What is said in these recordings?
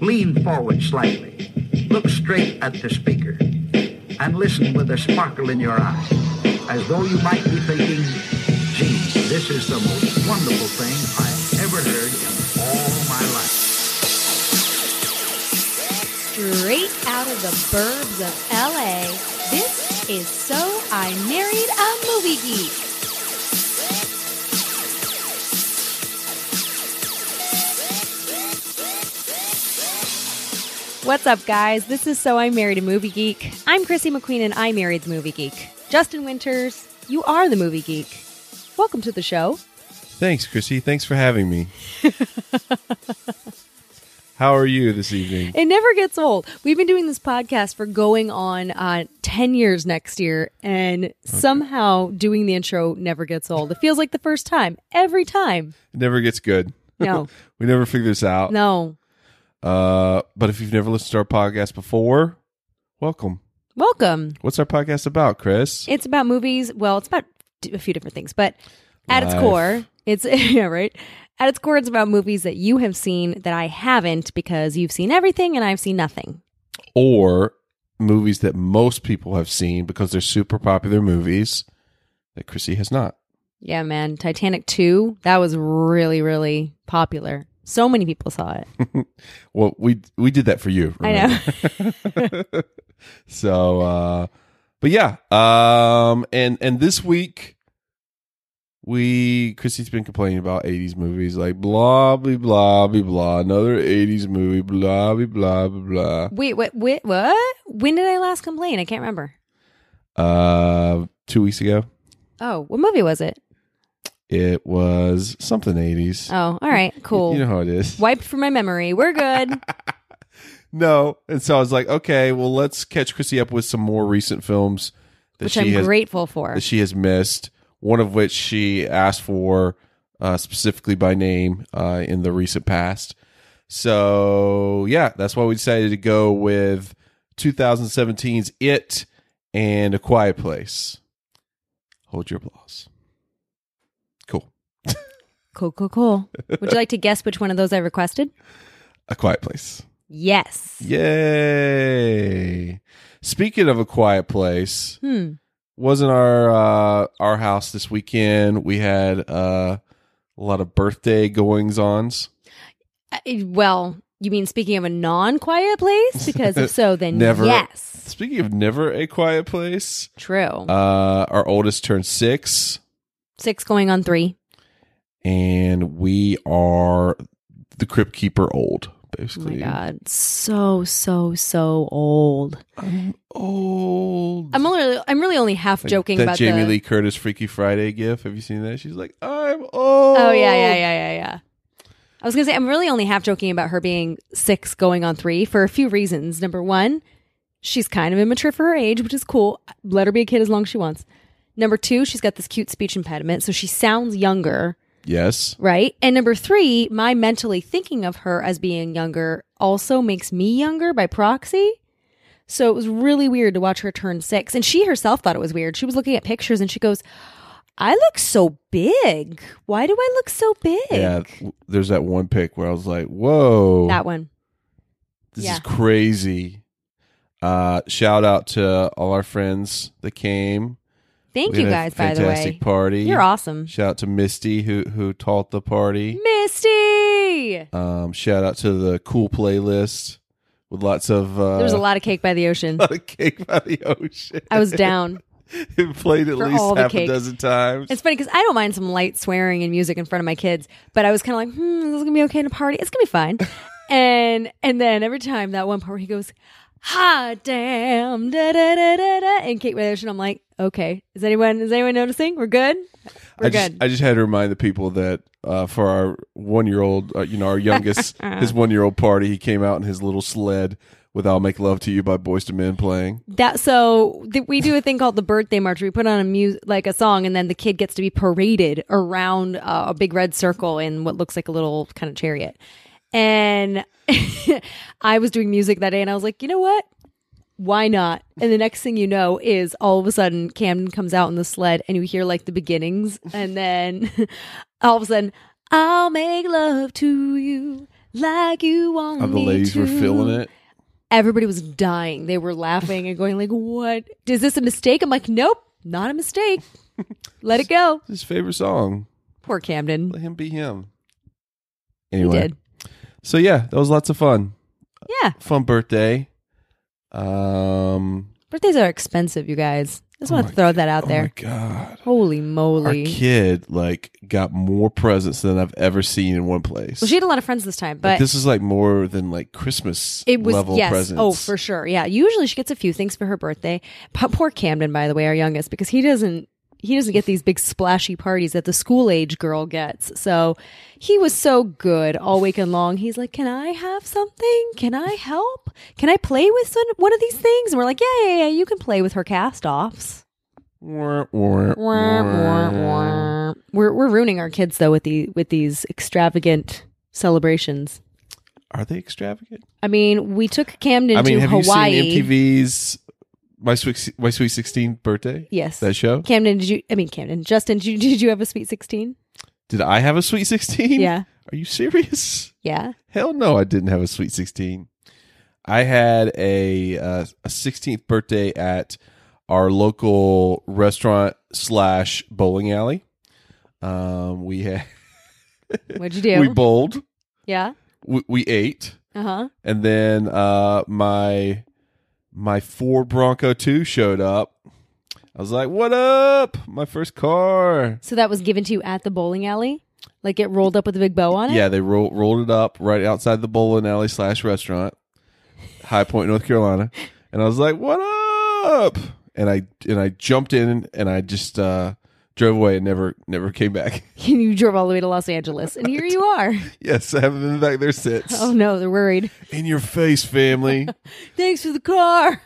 Lean forward slightly. Look straight at the speaker. And listen with a sparkle in your eye, as though you might be thinking, gee, this is the most wonderful thing I've ever heard in all my life. Straight out of the burbs of LA, this is So I Married a Movie Geek. What's up, guys? This is So I Married a Movie Geek. I'm Chrissy McQueen, and I married the movie geek. Justin Winters, you are the movie geek. Welcome to the show. Thanks, Chrissy. Thanks for having me. How are you this evening? It never gets old. We've been doing this podcast for going on uh, 10 years next year, and somehow doing the intro never gets old. It feels like the first time, every time. It never gets good. No, We never figure this out. no. Uh, but if you've never listened to our podcast before, welcome. Welcome. What's our podcast about, Chris? It's about movies. Well, it's about d- a few different things, but at its Life. core, it's, yeah, right? At its core, it's about movies that you have seen that I haven't because you've seen everything and I've seen nothing. or movies that most people have seen because they're super popular movies that Chrissy has not. Yeah, man. Titanic 2, that was really, really popular. So many people saw it. Well, we we did that for you. I know. know. so, uh, but yeah, um, and and this week we Christy's been complaining about '80s movies, like blah blah blah blah blah, another '80s movie, blah blah blah blah Wait, what? Wait, what? When did I last complain? I can't remember. blah. Uh, two weeks ago, Oh, what movie was it? it was something '80s. Oh, all right, cool. You know how it is. Wiped from my memory. We're good. No, and so I was like, okay, well, let's catch Chrissy up with some more recent films that which she I'm has grateful for. that she has missed. One of which she asked for uh, specifically by name uh, in the recent past. So yeah, that's why we decided to go with 2017's It and A Quiet Place. Hold your applause. Cool. Cool, cool, cool. Would you like to guess which one of those I requested? A Quiet Place. Yes. Yay! Speaking of A Quiet Place. Hmm. was in our uh, our house this weekend. We had uh, a lot of birthday goings ons. Uh, well, you mean speaking of a non-quiet place? Because if so, then Never. yes, Speaking of never a quiet place, true. uh, our oldest turned six, Six going on three. and we are the crypt keeper old, Oh my basically. god, so so so old. I'm old. I'm only I'm really only half Like joking that about Jamie the, Lee Curtis Freaky Friday gif. Have you seen that? She's like, I'm old. Oh yeah, yeah, yeah, yeah, yeah. I was gonna say I'm really only half joking about her being six going on three for a few reasons. Number one, she's kind of immature for her age, which is cool. Let her be a kid as long as she wants. Number two, she's got this cute speech impediment, so she sounds younger, Yes. right? And number three, my mentally thinking of her as being younger also makes me younger by proxy. So it was really weird to watch her turn six. And she herself thought it was weird. She was looking at pictures and she goes, I look so big. Why do I look so big? Yeah. There's that one pic where I was like, whoa. That one. This Yeah. is crazy. Uh, shout out to all our friends that came. Thank We you had a guys, by the fantastic way. party. You're awesome. Shout out to Misty who who taught the party. Misty! Um, shout out to the cool playlist with lots of uh, there was a lot of cake by the ocean. lot of cake by the ocean. I was down. it played at for least all the half a cake. dozen times. It's funny because I don't mind some light swearing and music in front of my kids, but I was kind of like, hmm, is this going to be okay in a party? It's going to be fine. and and then every time that one part where he goes, ha, damn, da, da, da, da, da, and Kate by the ocean, I'm like, okay, is anyone is anyone noticing? We're good? We're I just, good. I just had to remind the people that uh, for our one year old, uh, you know, our youngest, his one year old party, he came out in his little sled with "I'll Make Love to You" by Boys to Men playing. That so th- we do a thing called the birthday march. We put on a mu- like a song, and then the kid gets to be paraded around uh, a big red circle in what looks like a little kind of chariot. And I was doing music that day, and I was like, you know what? Why not? And the next thing you know is all of a sudden Camden comes out in the sled, and you hear like the beginnings, and then all of a sudden, I'll make love to you. like you want How the me ladies were to. feeling it. Everybody was dying. They were laughing and going like, "What is this a mistake?" I'm like, "Nope, not a mistake. Let it go." His favorite song. Poor Camden. Let him be him. He Anyway, did. so yeah, that was lots of fun. Yeah, Fun birthday. Um, birthdays are expensive, you guys. Just Oh want my to throw that out oh there. my god, Holy our moly! kid like got more presents than I've ever seen in one place. Well, she had a lot of friends this time, Like, but this is like more than like Christmas It was level yes. presents. Oh, for sure. Yeah. Usually she gets a few things for her birthday. P- poor Camden, by the way, our youngest, because he doesn't he doesn't get these big splashy parties that the school age girl gets. So he was so good all weekend long. He's like, "Can I have something? Can I help? Can I play with some, one of these things?" And we're like, "Yeah, yeah, yeah. You can play with her cast offs." Wah, Wah, wah, wah, wah. wah. We're we're ruining our kids though with the with these extravagant celebrations. Are they extravagant? I mean, we took Camden I mean, to have Hawaii. you seen MTV's My Sweet My Sweet Sixteen Birthday? Yes. That show. Camden, did you? I mean, Camden, Justin, did you, did you have a sweet sixteen? Did I have a Sweet Sixteen? Yeah, Are you serious? yeah. Hell no, I didn't have a Sweet Sixteen. I had a uh, a sixteenth birthday at our local restaurant slash bowling alley. Um, we had What'd you do? we bowled, yeah. we, we ate, Uh huh. and then uh, my my Ford Bronco two showed up. I was like, "What up? My first car." So that was given to you at the bowling alley, like it rolled up with a big bow on it. Yeah, they rolled rolled it up right outside the bowling alley slash restaurant, High Point, North Carolina, and I was like, "What up?" And I and I jumped in and I just uh, drove away and never never came back. you drove all the way to Los Angeles, and here you are. yes, I haven't been back there since. Oh no, they're worried. In your face, family. Thanks for the car.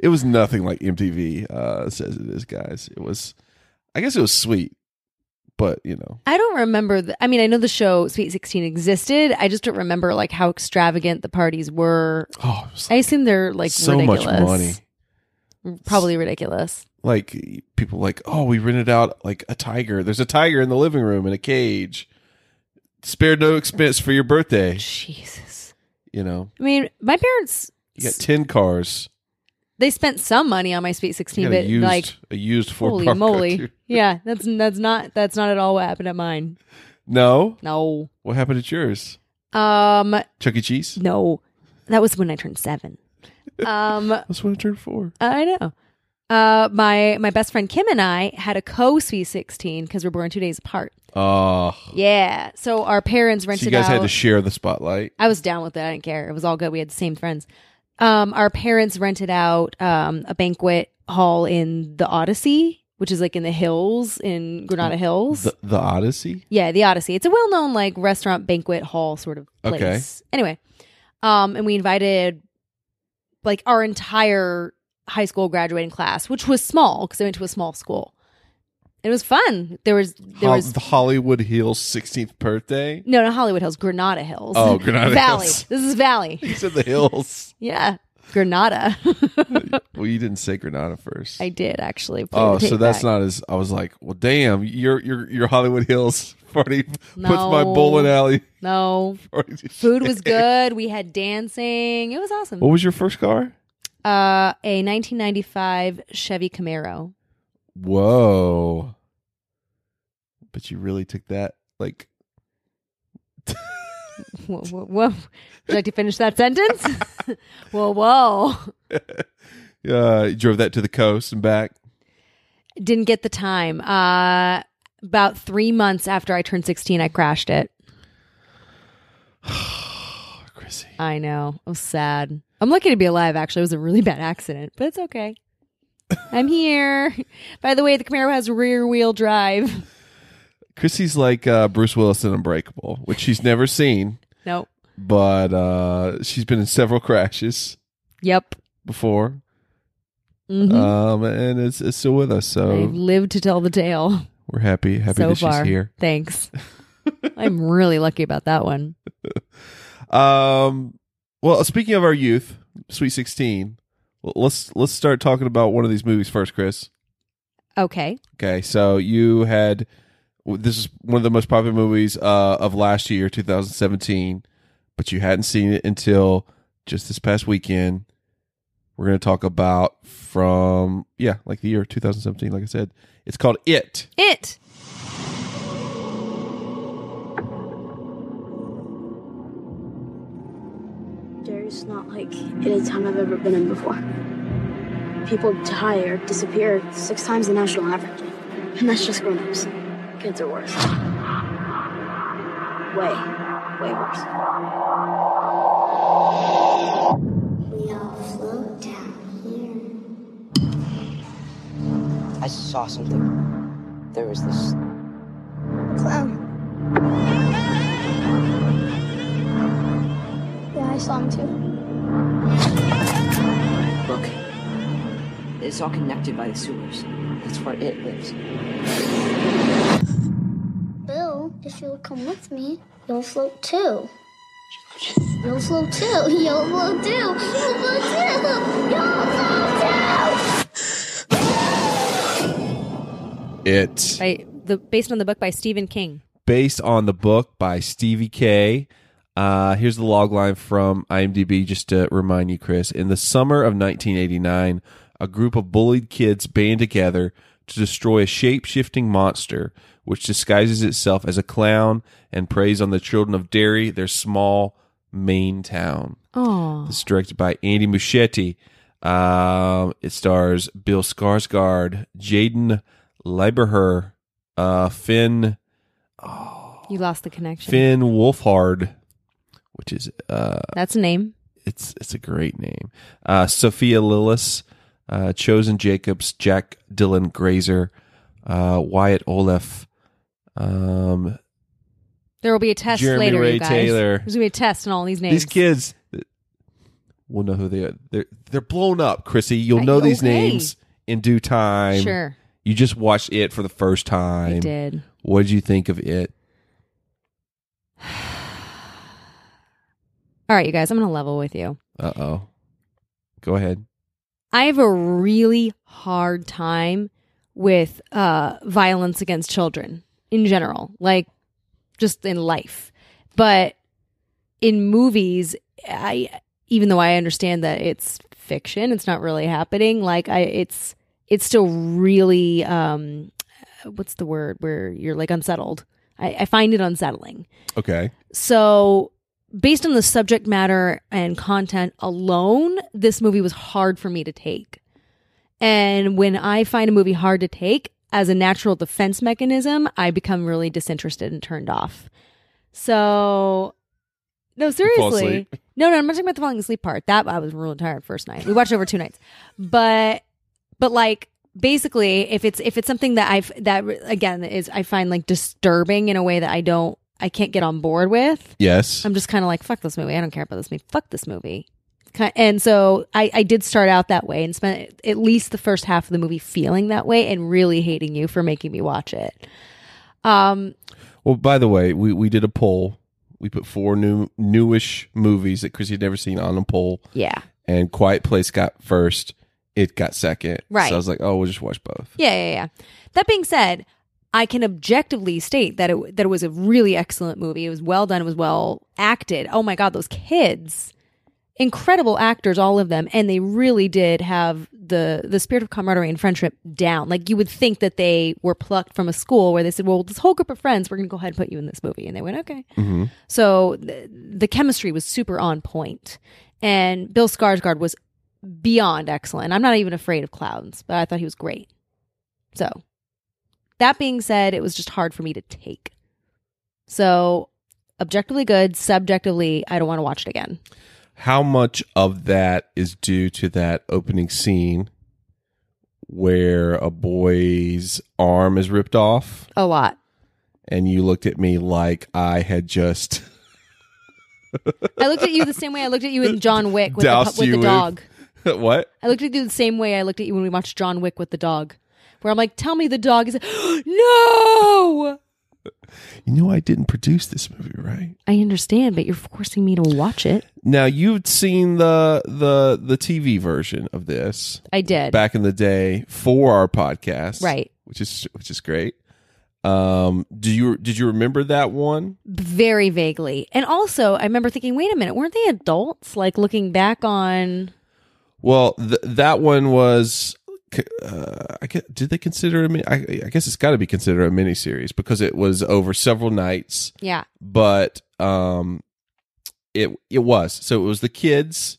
it was nothing like MTV uh, says it is, guys. It was, I guess, it was sweet, but you know, I don't remember. The, I mean, I know the show Sweet Sixteen existed. I just don't remember like how extravagant the parties were. oh, it was I assume they're like so ridiculous. much money. Probably ridiculous. Like people, like, oh, we rented out like a tiger. There's a tiger in the living room in a cage. Spared no expense for your birthday. Jesus. You know, I mean, my parents you got ten cars. they spent some money on my Sweet You Sixteen, got a but used, like a used Ford holy Bronco, moly dude. yeah that's that's not that's not at all what happened at mine No, no what happened at yours? um Chuck E. Cheese. no that was when i turned seven um That's what I turned for. i know uh my my best friend kim and i had a co sweet 16 because we're born two days apart Oh, yeah so our parents so rented you guys out had to share the spotlight. I was down with it. I didn't care. It was all good. We had the same friends. Um, our parents rented out um, a banquet hall in the Odyssey, which is like in the hills in Granada Hills. The, the Odyssey. yeah, the Odyssey. It's a well-known like restaurant banquet hall sort of Okay. place. Anyway, um, and we invited like our entire high school graduating class, which was small because I went to a small school. It was fun. There was there Ho- was the Hollywood Hills 16th birthday. no, no Hollywood Hills, Granada Hills. Oh, Granada Valley. Hills. This is Valley. You said the hills. Yeah, Granada. well, you didn't say Granada first. I did actually. play oh, the tape so that's back. not as. I was like, well, damn, your your your Hollywood Hills party puts my No. bowling alley. no. Party to Food was shame. good. We had dancing. It was awesome. What was your first car? Uh, a 1995 Chevy Camaro. Whoa! But you really took that like. Whoa, whoa, whoa. Would you like to finish that sentence? whoa, whoa. Uh, you drove that to the coast and back. Didn't get the time. Uh, about three months after I turned 16, I crashed it. Oh, Chrissy. I know. I was sad. I'm lucky to be alive, actually. It was a really bad accident, but it's okay. I'm here. By the way, the Camaro has rear wheel drive. Chrissy's like uh, Bruce Willis in Unbreakable, which she's never seen, Nope. but uh, she's been in several crashes Yep. before. Mhm. um, and it's, it's still with us. I've So lived to tell the tale we're happy, happy so that she's far. here. Thanks. I'm really lucky about that one. Um, well, speaking of our youth, Sweet Sixteen, l- let's let's start talking about one of these movies first, Chris. Okay. Okay, so you had This is one of the most popular movies uh, of last year, 2017, but you hadn't seen it until just this past weekend. We're going to talk about from, yeah, like the year 2017, like I said. It's called It. It. There's not like any time I've ever been in before. People die or disappear six times the national average. And that's just grown ups. Kids are worse. Way, way worse. We all float down here. I saw something. There was this Clown. Yeah, I saw him too. look. It's all connected by the sewers. That's where it lives. Bill, if you'll come with me, you'll float too. You'll float too. You'll float too. You'll float too. You'll float too. It. By the based on the book by Stephen King. based on the book by Stevie K. Uh, here's the log line from IMDb just to remind you, Chris. In the summer of 1989, a group of bullied kids band together to destroy a shape shifting monster which disguises itself as a clown and preys on the children of Derry, their small Maine town. Oh. It's directed by Andy Muschietti. Um, it stars Bill Skarsgård, Jaden Lieberher, uh, Finn You lost the connection. Finn Wolfhard, which is uh, That's a name. it's it's a great name. Uh, Sophia Lillis, uh, Chosen Jacobs, Jack Dylan Grazer, uh, Wyatt Olaf, um, There will be a test Jeremy later, Ray you guys. Taylor. There's gonna be a test on all these names. these kids. We'll know who they are. They're they're blown up, Chrissy. You'll know these Okay. names in due time. Sure. You just watched it for the first I time. did. What did you think of it? All right, you guys, I'm gonna level with you. Uh oh. Go ahead. I have a really hard time with uh, violence against children in general, like just in life. But in movies, I even though I understand that it's fiction, it's not really happening. Like I, it's it's still really um, what's the word where you're like unsettled. I, I find it unsettling. Okay. So, based on the subject matter and content alone, this movie was hard for me to take. And when I find a movie hard to take as a natural defense mechanism, I become really disinterested and turned off. So, no, seriously. asleep. No, no, I'm not talking about the falling asleep part. That I was really tired first night. We watched over two nights. But but like basically if it's if it's something that i've that again is i find like disturbing in a way that i don't i can't get on board with Yes. i'm just kind of like fuck this movie i don't care about this movie fuck this movie Ki- and so I, I did start out that way and spent at least the first half of the movie feeling that way and really hating you for making me watch it um Well, by the way, we, we did a poll. We put four new newish movies that Chrissy had never seen on a poll, yeah and Quiet Place got first. It got second. Right. So I was like, oh, we'll just watch both. Yeah, yeah, yeah. That being said, I can objectively state that it that it was a really excellent movie. It was well done. It was well acted. Oh my god, those kids, incredible actors, all of them, and they really did have the the spirit of camaraderie and friendship down. Like you would think that they were plucked from a school where they said, "Well, this whole group of friends, we're going to go ahead and put you in this movie," and they went, "Okay." So th- the chemistry was super on point, and Bill Skarsgård was beyond excellent. I'm not even afraid of clowns, but I thought he was great. So, that being said, it was just hard for me to take. So, objectively good, subjectively, I don't want to watch it again. How much of that is due to that opening scene where a boy's arm is ripped off? A lot. And you looked at me like I had just. I looked at you the same way I looked at you in John Wick with the, Doused pu- with you the with- dog. what? I looked at you the same way I looked at you when we watched John Wick with the dog, where I'm like, tell me the dog is. no! You know, I didn't produce this movie, right? I understand, but you're forcing me to watch it. Now you've seen the the the TV version of this. I did. back in the day for our podcast, Right. Which is which is great. Um, do you did you remember that one? very vaguely. And also, I remember thinking, wait a minute, weren't they adults? Like looking back on, Well, th- that one was. Uh, I guess, did they consider it a mini? I, I guess it's got to be considered a miniseries because it was over several nights. yeah, but um it it was so it was the kids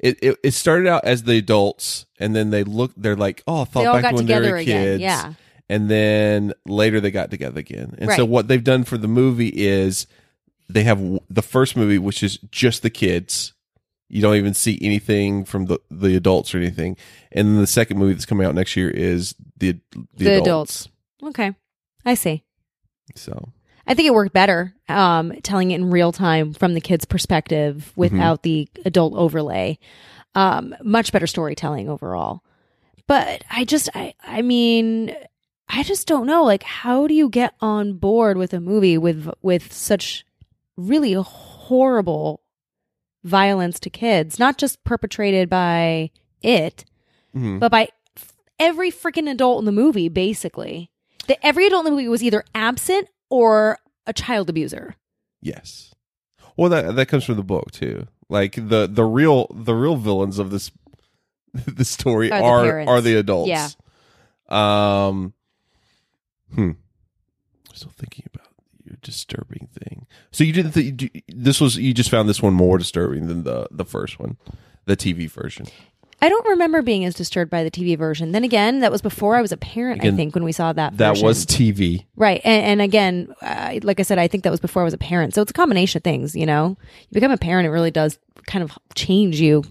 it, it it started out as the adults and then they look they're like oh I thought They all back got to when they together were again, kids yeah. and then later they got together again and so Right. what they've done for the movie is they have w- the first movie which is just the kids you don't even see anything from the the adults or anything and then the second movie that's coming out next year is the the, The adults. okay, I see. so I think it worked better um, telling it in real time from the kid's perspective Mm-hmm. without the adult overlay. Um, much better storytelling overall. But I just, I, I mean, I just don't know. Like, how do you get on board with a movie with with such really horrible violence to kids, not just perpetrated by it, mhm. but by f- every freaking adult in the movie, basically. That every adult in the movie was either absent or a child abuser. Yes. Well, that that comes from the book too. Like the the real the real villains of this the story Are the are are the, parents. adults. Yeah. Um. Hmm. Still thinking about your disturbing thing. So you didn't think you- this was you just found this one more disturbing than the the first one, the TV version. I don't remember being as disturbed by the TV version. Then again, that was before I was a parent, Again, I think, when we saw that. That version. was TV. right. And, and again, I, like I said, I think that was before I was a parent. So it's a combination of things. You know, you become a parent, it really does kind of change you,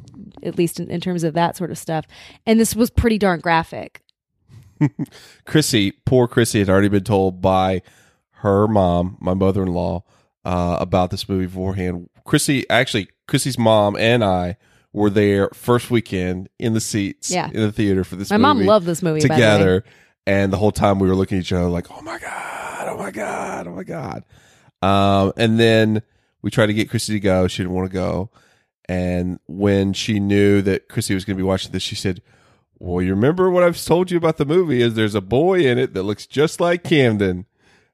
at least in, in terms of that sort of stuff. And this was pretty darn graphic. Chrissy, poor Chrissy, had already been told by her mom, my mother in law, uh, about this movie beforehand. Chrissy, actually, Chrissy's mom and I were there first weekend in the seats Yeah. in the theater for this My movie. mom loved this movie, by the way. Together. And the whole time we were looking at each other like, oh my God, oh my God, oh my God. Um, and then we tried to get Chrissy to go. She didn't want to go. And when she knew that Chrissy was going to be watching this, she said, well, you remember what I've told you about the movie is there's a boy in it that looks just like Camden.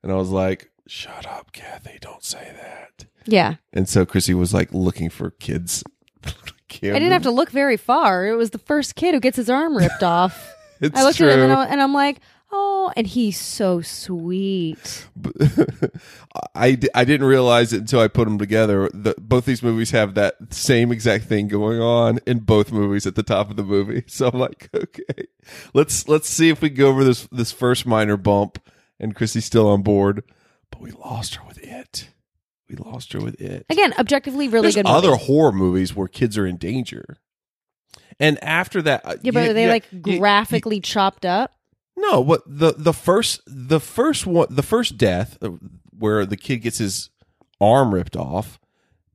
And I was like, shut up, Kathy. Don't say that. Yeah. And so Chrissy was like looking for kids. I didn't have to look very far. It was the first kid who gets his arm ripped off. It's I looked true. at him and, I, and I'm like, oh, and he's so sweet. I, di- I didn't realize it until I put them together. The, both these movies have that same exact thing going on in both movies at the top of the movie. So I'm like, okay, let's let's see if we can go over this this first minor bump, and Chrissy's still on board, but we lost her with it. We lost her with it. Again, objectively, really There's good. other movie. horror movies where kids are in danger, and after that, uh, Yeah, but you- are they you- like you- you- graphically chopped up? no, but the the first the first one the first death uh, where the kid gets his arm ripped off.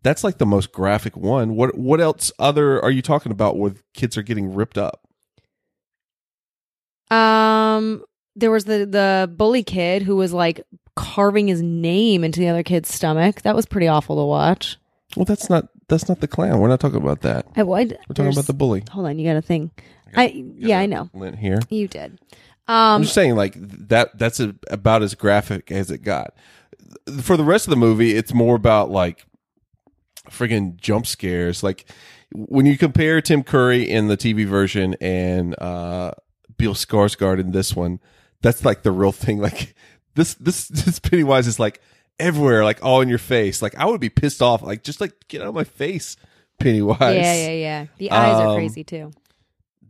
That's like the most graphic one. What what else other are you talking about where kids are getting ripped up? Um, there was the the bully kid who was like carving his name into the other kid's stomach. That was pretty awful to watch. Well, that's not that's not the clown. We're not talking about that. I, well, I- We're talking about the bully. Hold on, you got a thing. I yeah, I know Lint here. you did. I'm Um, just saying, like that. That's a, about as graphic as it got. For the rest of the movie, it's more about like friggin' jump scares. Like when you compare Tim Curry in the TV version and uh, Bill Skarsgård in this one, that's like the real thing. Like this, this, this Pennywise is like everywhere, like all in your face. Like I would be pissed off. Like just like get out of my face, Pennywise yeah, yeah, yeah. The eyes Um, are crazy too.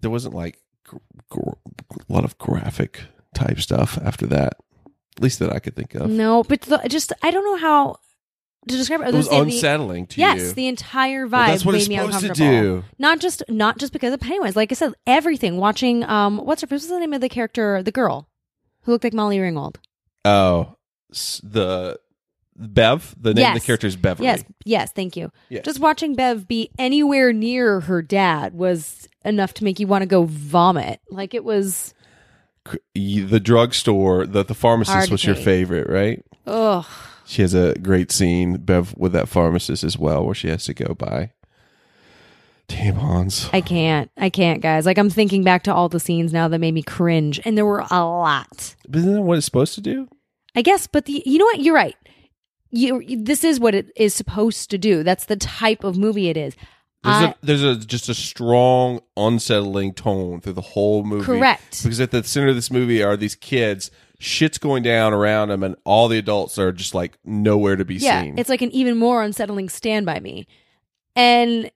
there wasn't like gr- gr- a lot of graphic type stuff after that, at least that I could think of. No, but the, just I don't know how to describe it. it other was than the- unsettling to yes, you. the entire vibe Well, that's what made it's me supposed to uncomfortable. do. Not just not just because of Pennywise. Like I said, everything. Watching um, what's her? What was the name of the character? The girl who looked like Molly Ringwald. oh, s- the Bev. The name of Yes. the character is Beverly. Yes, yes. Thank you. Yes. Just watching Bev be anywhere near her dad was enough to make you want to go vomit. Like it was. C- y- The drugstore, the the pharmacist Hard to was your take. favorite, right? Ugh. She has a great scene, Bev, with that pharmacist as well, where she has to go buy tampons. I can't. I can't, guys. Like I'm thinking back to all the scenes now that made me cringe, and there were a lot. But isn't that what it's supposed to do? I guess, but the you know what? You're right. You this is what it is supposed to do. That's the type of movie it is. There's, I- a, there's a just a strong, unsettling tone through the whole movie. Correct. Because at the center of this movie are these kids. Shit's going down around them, and all the adults are just like nowhere to be yeah, seen. it's like an even more unsettling Stand by Me, and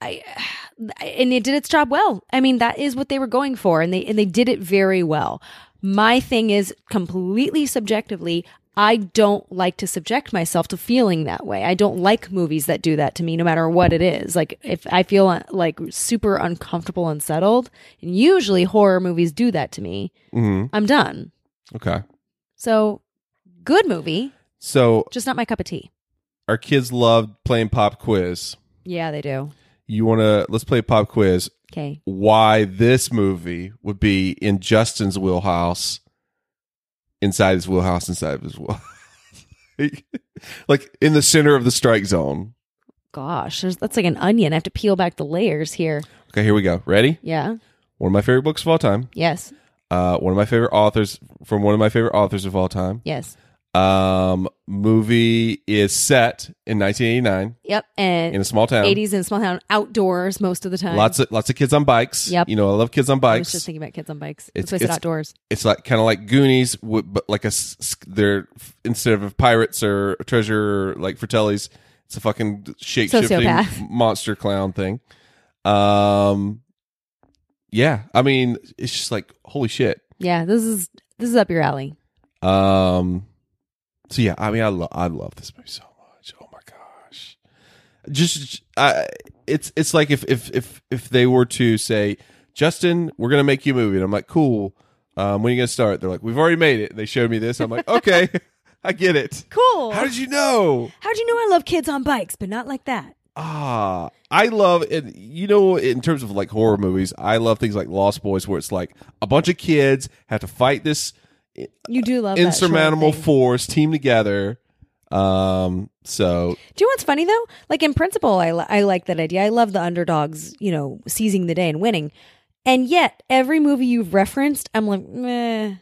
I and it did its job well. I mean, that is what they were going for, and they and they did it very well. My thing is completely subjectively. I don't like to subject myself to feeling that way. I don't like movies that do that to me, no matter what it is. Like if I feel uh, like super uncomfortable, unsettled, and usually horror movies do that to me, Mhm. I'm done. Okay. So, good movie, So just not my cup of tea. our kids loved playing pop quiz. Yeah, they do. You want to let's play pop quiz. Okay. Why this movie would be in Justin's wheelhouse, inside his wheelhouse, inside of his wheel, like in the center of the strike zone. Gosh, there's, that's like an onion. I have to peel back the layers here. Okay, here we go. Ready? Yeah. One of my favorite books of all time. Yes. Uh, one of my favorite authors from one of my favorite authors of all time. Yes. Um, movie is set in 1989 Yep. And in a small town. 80s in a small town, outdoors most of the time. Lots of lots of kids on bikes. Yep. You know, I love kids on I was bikes. just thinking about kids on bikes. It's- That's why I said it's- outdoors. it's like kind of like Goonies, w- but like a s- s- they're instead of pirates or treasure or like Fratellis, it's a fucking shape shifting Sociopath. monster clown thing. Um, yeah, I mean, it's just like holy shit. Yeah. This is this is up your alley. Um, so yeah, I mean, I love I love this movie so much. Oh my gosh, just I, it's it's like if if if if they were to say, Justin, we're gonna make you a movie, and I'm like, cool. Um, when are you gonna start? They're like, we've already made it. They showed me this. I'm like, okay, I get it. Cool. How did you know? How'd you know I love kids on bikes, but not like that? Ah, I love and you know in terms of like horror movies, I love things like Lost Boys where it's like a bunch of kids have to fight this You do love that sort of insurmountable thing. force team together. Um, so Do you know what's funny though? Like in principle, I, li- I like that idea. I love the underdogs, you know, seizing the day and winning. And yet, every movie you've referenced, I'm like, meh.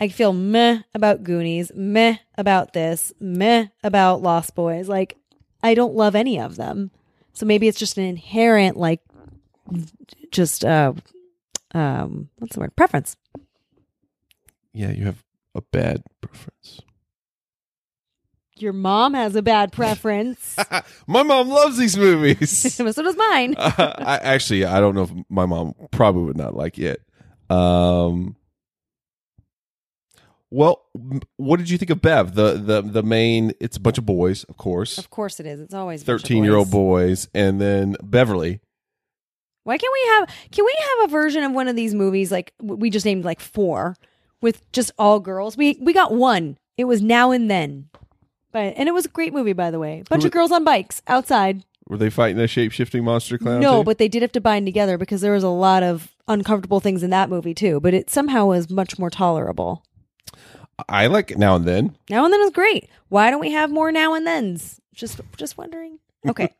I feel meh about Goonies, meh about this, meh about Lost Boys. Like, I don't love any of them. So maybe it's just an inherent, like, just, uh, um, what's the word? Preference. yeah, you have a bad preference. Your mom has a bad preference. My mom loves these movies. so does mine. Uh, I actually I don't know if my mom probably would not like it. Um well, m- what did you think of Bev? The the the main it's a bunch of boys, of course. Of course it is. It's always a bunch of 13-year-old boys. boys and then Beverly. Why can't we have can we have a version of one of these movies like w- we just named like four with just all girls? We we got one. It was now and then. But and it was a great movie by the way. Bunch Who- of girls on bikes outside. Were they fighting a shape-shifting monster clown? No, too? but they did have to bind together because there was a lot of uncomfortable things in that movie too, but it somehow was much more tolerable. I like it now and then. Now and then is great. Why don't we have more now and thens? Just just wondering. Okay.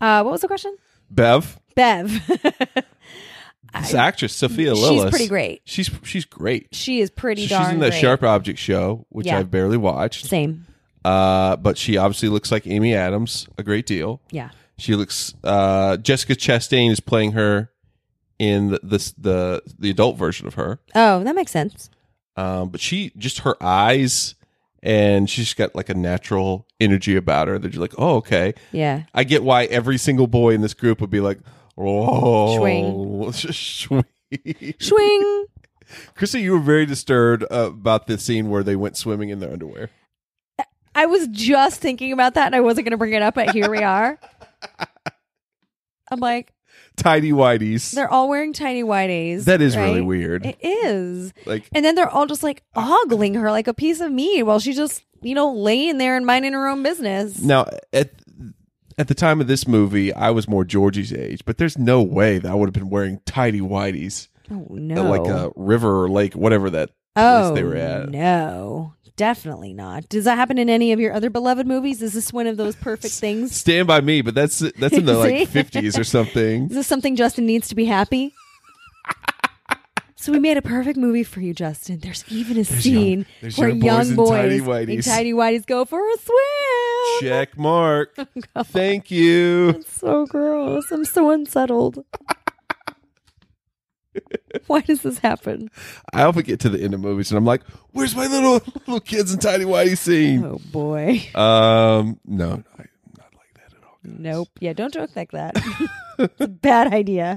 uh what was the question? Bev Bev. This actress, Sophia she's Lillis, pretty great. She's she's great. she is pretty She's darn in that great. Sharp Object show, which Yeah. I've barely watched. Same. Uh, but she obviously looks like Amy Adams a great deal. Yeah. She looks. Uh, Jessica Chastain is playing her in the the the, the adult version of her. Oh, that makes sense. Um, but she just her eyes, and she's got like a natural energy about her that you're like, oh okay. Yeah. I get why every single boy in this group would be like, oh, Swing. swing. Swing. Chrissy, you were very disturbed uh, about the scene where they went swimming in their underwear. I was just thinking about that and I wasn't going to bring it up, but here we are. I'm like, Tidy whities. they're all wearing tiny whiteys. That is really weird. It is. Like, And then they're all just like ogling her like a piece of meat while she's just, you know, laying there and minding her own business. now, at, at the time of this movie, I was more Georgie's age, but there's no way that I would have been wearing tidy whities Oh, at no. like a river or lake, whatever that place oh, they were at. no. Definitely not. Does that happen in any of your other beloved movies? Is this one of those perfect things? Stand by me, but that's that's in the See? like 50s or Is something. this something Justin needs to be happy? So we made a perfect movie for you, Justin. There's even a young- scene there's where young young boys boys, and tiny whiteys. and tiny whiteys go for a swim. Check mark. Oh, Thank you. So gross. I'm so unsettled. Why does this happen? I often get to the end of movies and I'm like, "Where's my little little kids and tiny whitey scene?" Oh boy. Um, no, I, not like that at all. Nope. Yeah, don't joke like that. it's a bad idea.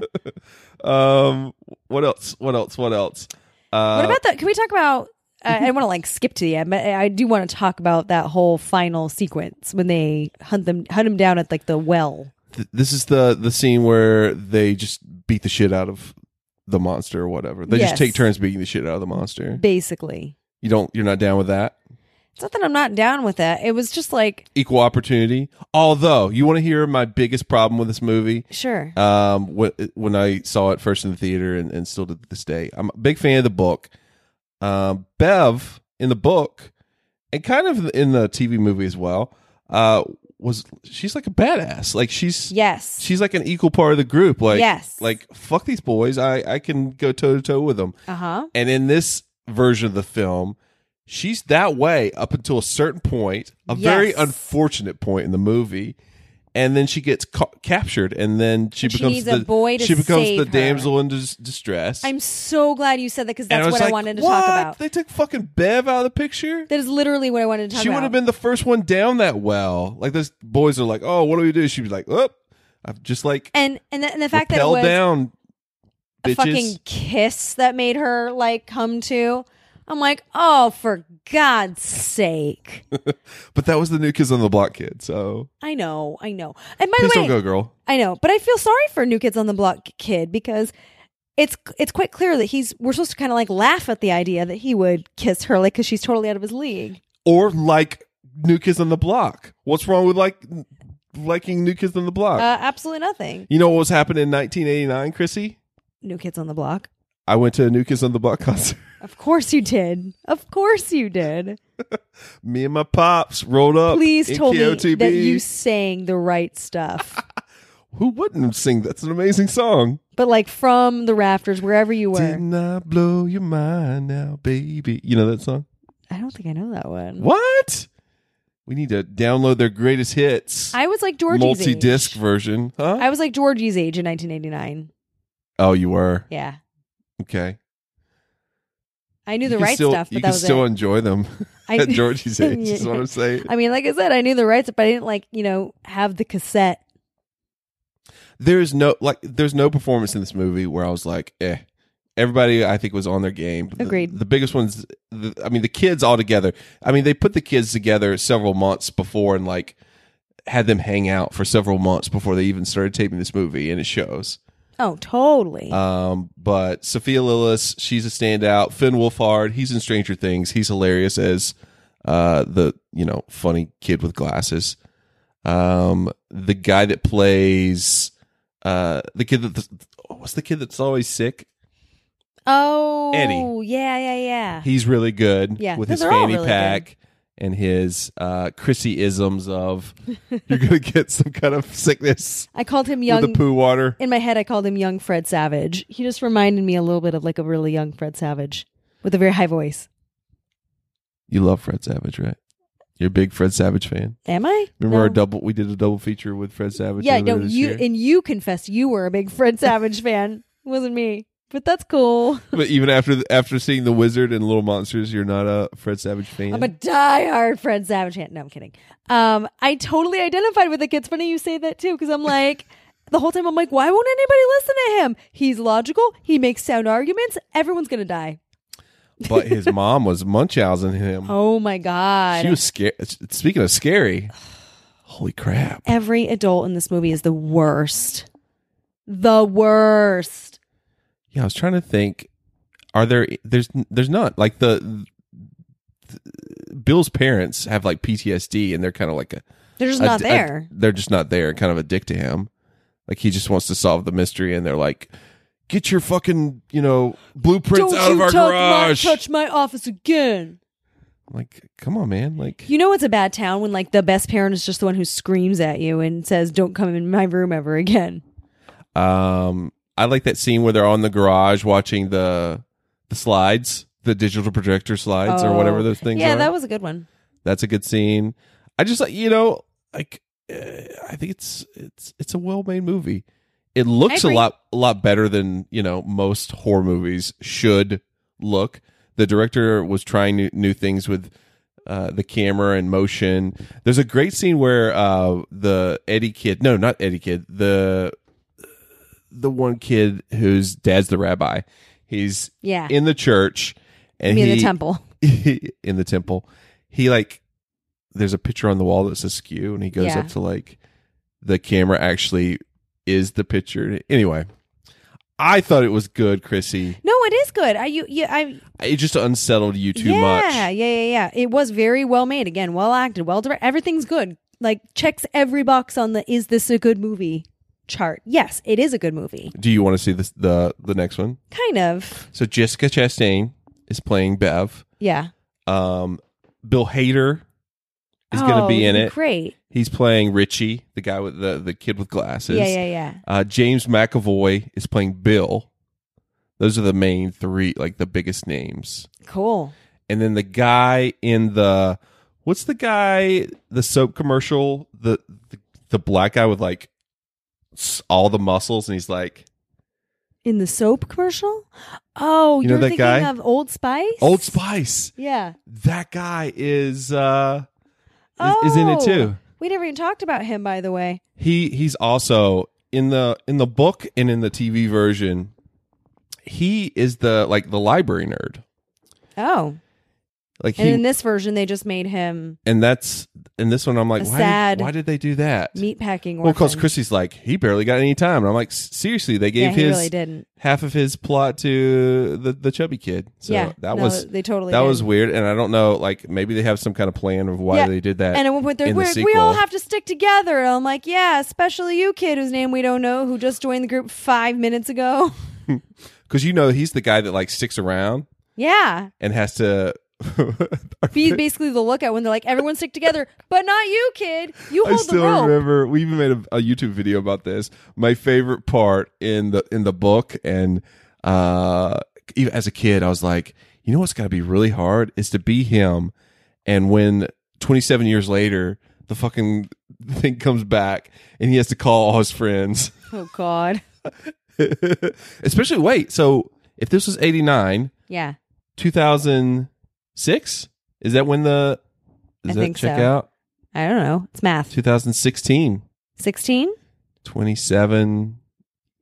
Um, what else? What else? What else? Uh, Mm-hmm. what about that? Can we talk about? uh, I I don't want to like skip to the end, but I do want to talk about that whole final sequence when they hunt them, hunt him down at like the well. th- this is the the scene where they just beat the shit out of the monster or whatever. They just Yes. take turns beating the shit out of the monster. Basically, You don't. You're not down with that. it's not that I'm not down with that. It was just like, Equal opportunity. Although you want to hear my biggest problem with this movie. sure, Um, when, when I saw it first in the theater and, and still to this day, I'm a big fan of the book. Um, Bev in the book and kind of in the TV movie as well. Uh, was she's like a badass? Like she's yes, she's like an equal part of the group. Like Yes. like fuck these boys. I I can go toe to toe with them. uh huh, And in this version of the film, she's that way up until a certain point, a very Yes. unfortunate point in the movie. And then she gets ca- captured, and then she And she becomes needs the a boy to she becomes save the her. damsel in dis- distress. I'm so glad you said that because And that's was what I like, wanted to "What? talk about. They took fucking Bev out of the picture. That is literally what I wanted to talk She about. would have been the first one down that well. Like those boys are like, oh, what do we do? She'd be like, oh, I've just like and and the, and the fact that it rappelled was down, a bitches. fucking kiss that made her like come to. I'm like, oh, for God's sake. But that was the new kids on the block kid. So I know, I know. And by please the don't way, go, girl. I know, but I feel sorry for New Kids on the Block kid because it's it's quite clear that he's we're supposed to kind of like laugh at the idea that he would kiss her like because she's totally out of his league. or like New Kids on the Block. What's wrong with like liking New Kids on the Block? Uh, absolutely nothing. you know what was happening in 1989, Chrissy? New Kids on the Block. I went to a New Kids on the Block concert. Of course you did. Of course you did. me and my pops rolled up. Please in tell me KOTB. that you sang the right stuff. Who wouldn't sing? That's an amazing song. but like from the rafters, wherever you were. Didn't I blow your mind now, baby? You know that song? I don't think I know that one. What? We need to download their greatest hits. I was like Georgie's Multi-disc age. version, huh? I was like Georgie's age in 1989. oh, you were Yeah. okay. I knew the You can right still- stuff, you but can that was still it. enjoy them I- at Georgie's age. Is what I'm saying. I mean, like I said, I knew the rights, but I didn't like you know have the cassette. There's no like, there's no performance in this movie where I was like, eh. Everybody, I think, was on their game. The- Agreed. The, biggest ones, the, I mean, the kids all together. I mean, they put the kids together several months before and like had them hang out for several months before they even started taping this movie, and it shows. Oh, totally. Um, but Sophia Lillis, she's a standout. Finn Wolfhard, he's in Stranger Things. He's hilarious as uh, the you know funny kid with glasses. Um, the guy that plays uh, the kid that oh, what's the kid that's always sick? oh, Eddie. Yeah, yeah, yeah. He's really good Yeah, with those his are all fanny really pack and his uh, Chrissy isms of you're gonna get some kind of sickness I called him with young. the poo water. In my head, I called him young Fred Savage. He just reminded me a little bit of like a really young Fred Savage with a very high voice. You love Fred Savage, right? You're a big Fred Savage fan. Am I? Remember No. our double? We did a double feature with Fred Savage. Yeah, earlier no. this You year. and you confessed you were a big Fred Savage fan. It wasn't me, but that's cool. but even after the, after seeing the Wizard and Little Monsters, you're not a Fred Savage fan. I'm a diehard Fred Savage fan. No, I'm kidding. Um, I totally identified with the kid. It's funny you say that too, because I'm like, the whole time I'm like, why won't anybody listen to him? He's logical. He makes sound arguments. Everyone's gonna die. but his mom was Munchausen him. Oh my god! she was scared. Speaking of scary, holy crap! Every adult in this movie is the worst. The worst. Yeah, I was trying to think. Are there? There's there's not like the. th- Bill's parents have like PTSD, and they're kind of like a They're just a- not a- there. they're just not there. Kind of a dick to him. Like he just wants to solve the mystery, and they're like, "Get your fucking you know blueprints Don't out of you our touch garage." My, touch my office again. like, come on, man. Like, You know it's a bad town when like the best parent is just the one who screams at you and says, "Don't come in my room ever again." um, I like that scene where they're on the garage watching the the slides, the digital projector slides or whatever those things Oh. Yeah, are. that was a good one. That's a good scene. I just like you know, like uh, I think it's it's it's a well made movie. It looks a agree. lot a lot better than you know most horror movies should look. The director was trying new, new things with uh, the camera and motion. There's a great scene where uh, the Eddie kid, no, not Eddie kid, the the one kid whose dad's the rabbi. He's Yeah. in the church and Me in the he- temple. in the temple. He like there's a picture on the wall that says skew and he goes Yeah. up to like the camera actually is the picture. Anyway, I thought it was good, Chrissy. No, it is good. I you, you I It just unsettled you too yeah, Yeah, much. yeah, yeah. It was very well made. Again, well acted, well directed. Everything's good. Like checks every box on the is this a good movie chart. Yes, it is a good movie. Do you want to see this the the next one? Kind of. So Jessica Chastain is playing Bev. Yeah. Um Bill Hader is going to Oh, be in it. Great. He's playing Richie, the guy with the the kid with glasses. Yeah, yeah, yeah. Uh, James McAvoy is playing Bill. Those are the main three, like the biggest names. Cool. And then the guy in the what's the guy the soap commercial the the, the black guy with like s- all the muscles and he's like In the soap commercial? Oh, You you know are that thinking guy? of Old Spice? Old Spice. Yeah. That guy is uh is, is in it Oh. too. We never even talked about him, by the way. He he's also in the in the book and in the TV version. He is the like the library nerd. Oh. Like And he, in this version, they just made him and that's in this one. I'm like, A why? sad did, why did they do that? meatpacking. well, because orphan. Chrissy's like, he barely got any time, and I'm like, "S- seriously, they yeah, gave he his really didn't. half of his plot to the the chubby kid. So yeah, that no, was they totally that did. was weird, and I don't know, like maybe they have some kind of plan of why Yeah, they did that. And at one point, they're in the like, we all sequel. have to stick together. And I'm like, yeah, especially you, kid, whose name we don't know, who just joined the group five minutes ago. because you know he's the guy that like sticks around Yeah. and has to. He's basically the lookout when they're like, everyone stick together, but not you, kid. You I hold still the rope. remember we even made a, a YouTube video about this. My favorite part in the in the book and uh even as a kid I was like, you know what's got to be really hard is to be him and when 27 years later the fucking thing comes back and he has to call all his friends. Oh, God. Especially wait, so if this was 89, Yeah. 2006 is that when the I does that think check so. out? I don't know. It's math. 2016. 16? 27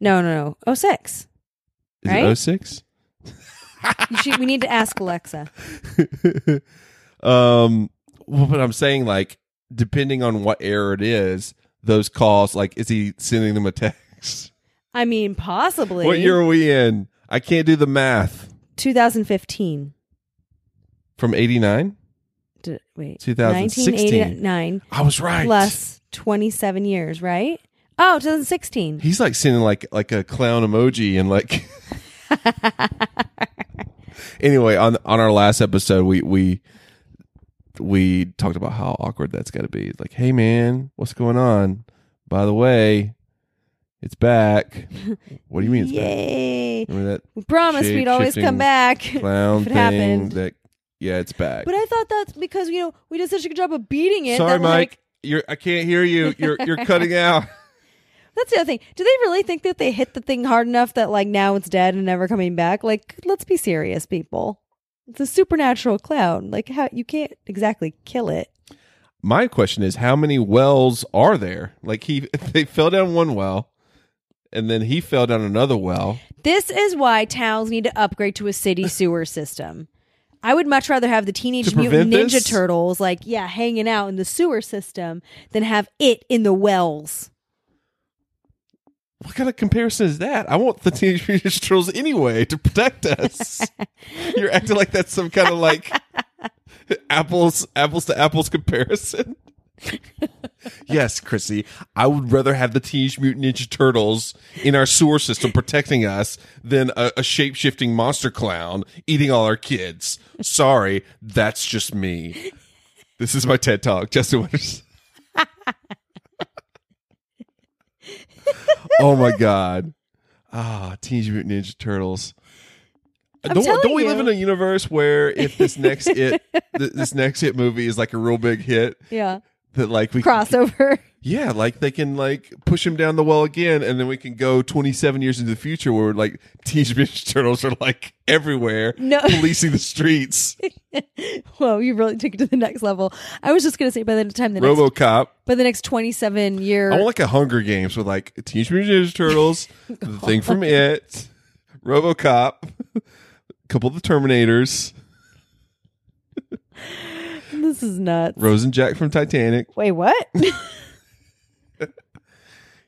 No, no, Oh, no. 06. Is Right? it 06? You should, we need to ask Alexa. um, well, but I'm saying, like, depending on what error it is, those calls, like, is he sending them a text? I mean, possibly. What year are we in? I can't do the math. 2015. From 89? D- wait. 2016. 1989 I was right. plus 27 years, right? Oh, 2016. He's like sending like like a clown emoji and like Anyway, on on our last episode we we we talked about how awkward that's got to be. It's like, "Hey man, what's going on? By the way, it's back." What do you mean it's back? Yay. Remember that We promised we'd always Shape-shifting come back. clown if it thing happened. that yeah, it's back. But I thought that's because, you know, we did such a good job of beating it. Sorry, that, Mike. like, You're I can't hear you. You're you're cutting out. That's the other thing. Do they really think that they hit the thing hard enough that like now it's dead and never coming back? Like, let's be serious, people. It's a supernatural clown. Like, how you can't exactly kill it. my question is how many wells are there like he they fell down one well and then he fell down another well This is why towns need to upgrade to a city sewer system. I would much rather have the Teenage To Mutant prevent Ninja this? Turtles, like, yeah, hanging out in the sewer system than have it in the wells. what kind of comparison is that i want the teenage mutant Ninja turtles anyway to protect us you're acting like that's some kind of like apples apples to apples comparison yes chrissy i would rather have the teenage mutant ninja turtles in our sewer system protecting us than a, a shape-shifting monster clown eating all our kids sorry that's just me this is my ted talk justin winters oh my god ah teenage mutant ninja turtles I'm don't telling don't we you. live in a universe where if this next it th- this next hit movie is like a real big hit Yeah. that like we can, Crossover. yeah like they can like push him down the well again and then we can go 27 years into the future where like teenage mutant turtles are like everywhere No. policing the streets Whoa, you really took it to the next level. I was just gonna say by the time the next RoboCop by the next twenty seven year I want like a Hunger Games with like Teenage Mutant Ninja Turtles, the thing from It, RoboCop, a couple of the Terminators, this is nuts. Rose and Jack from Titanic. Wait, what?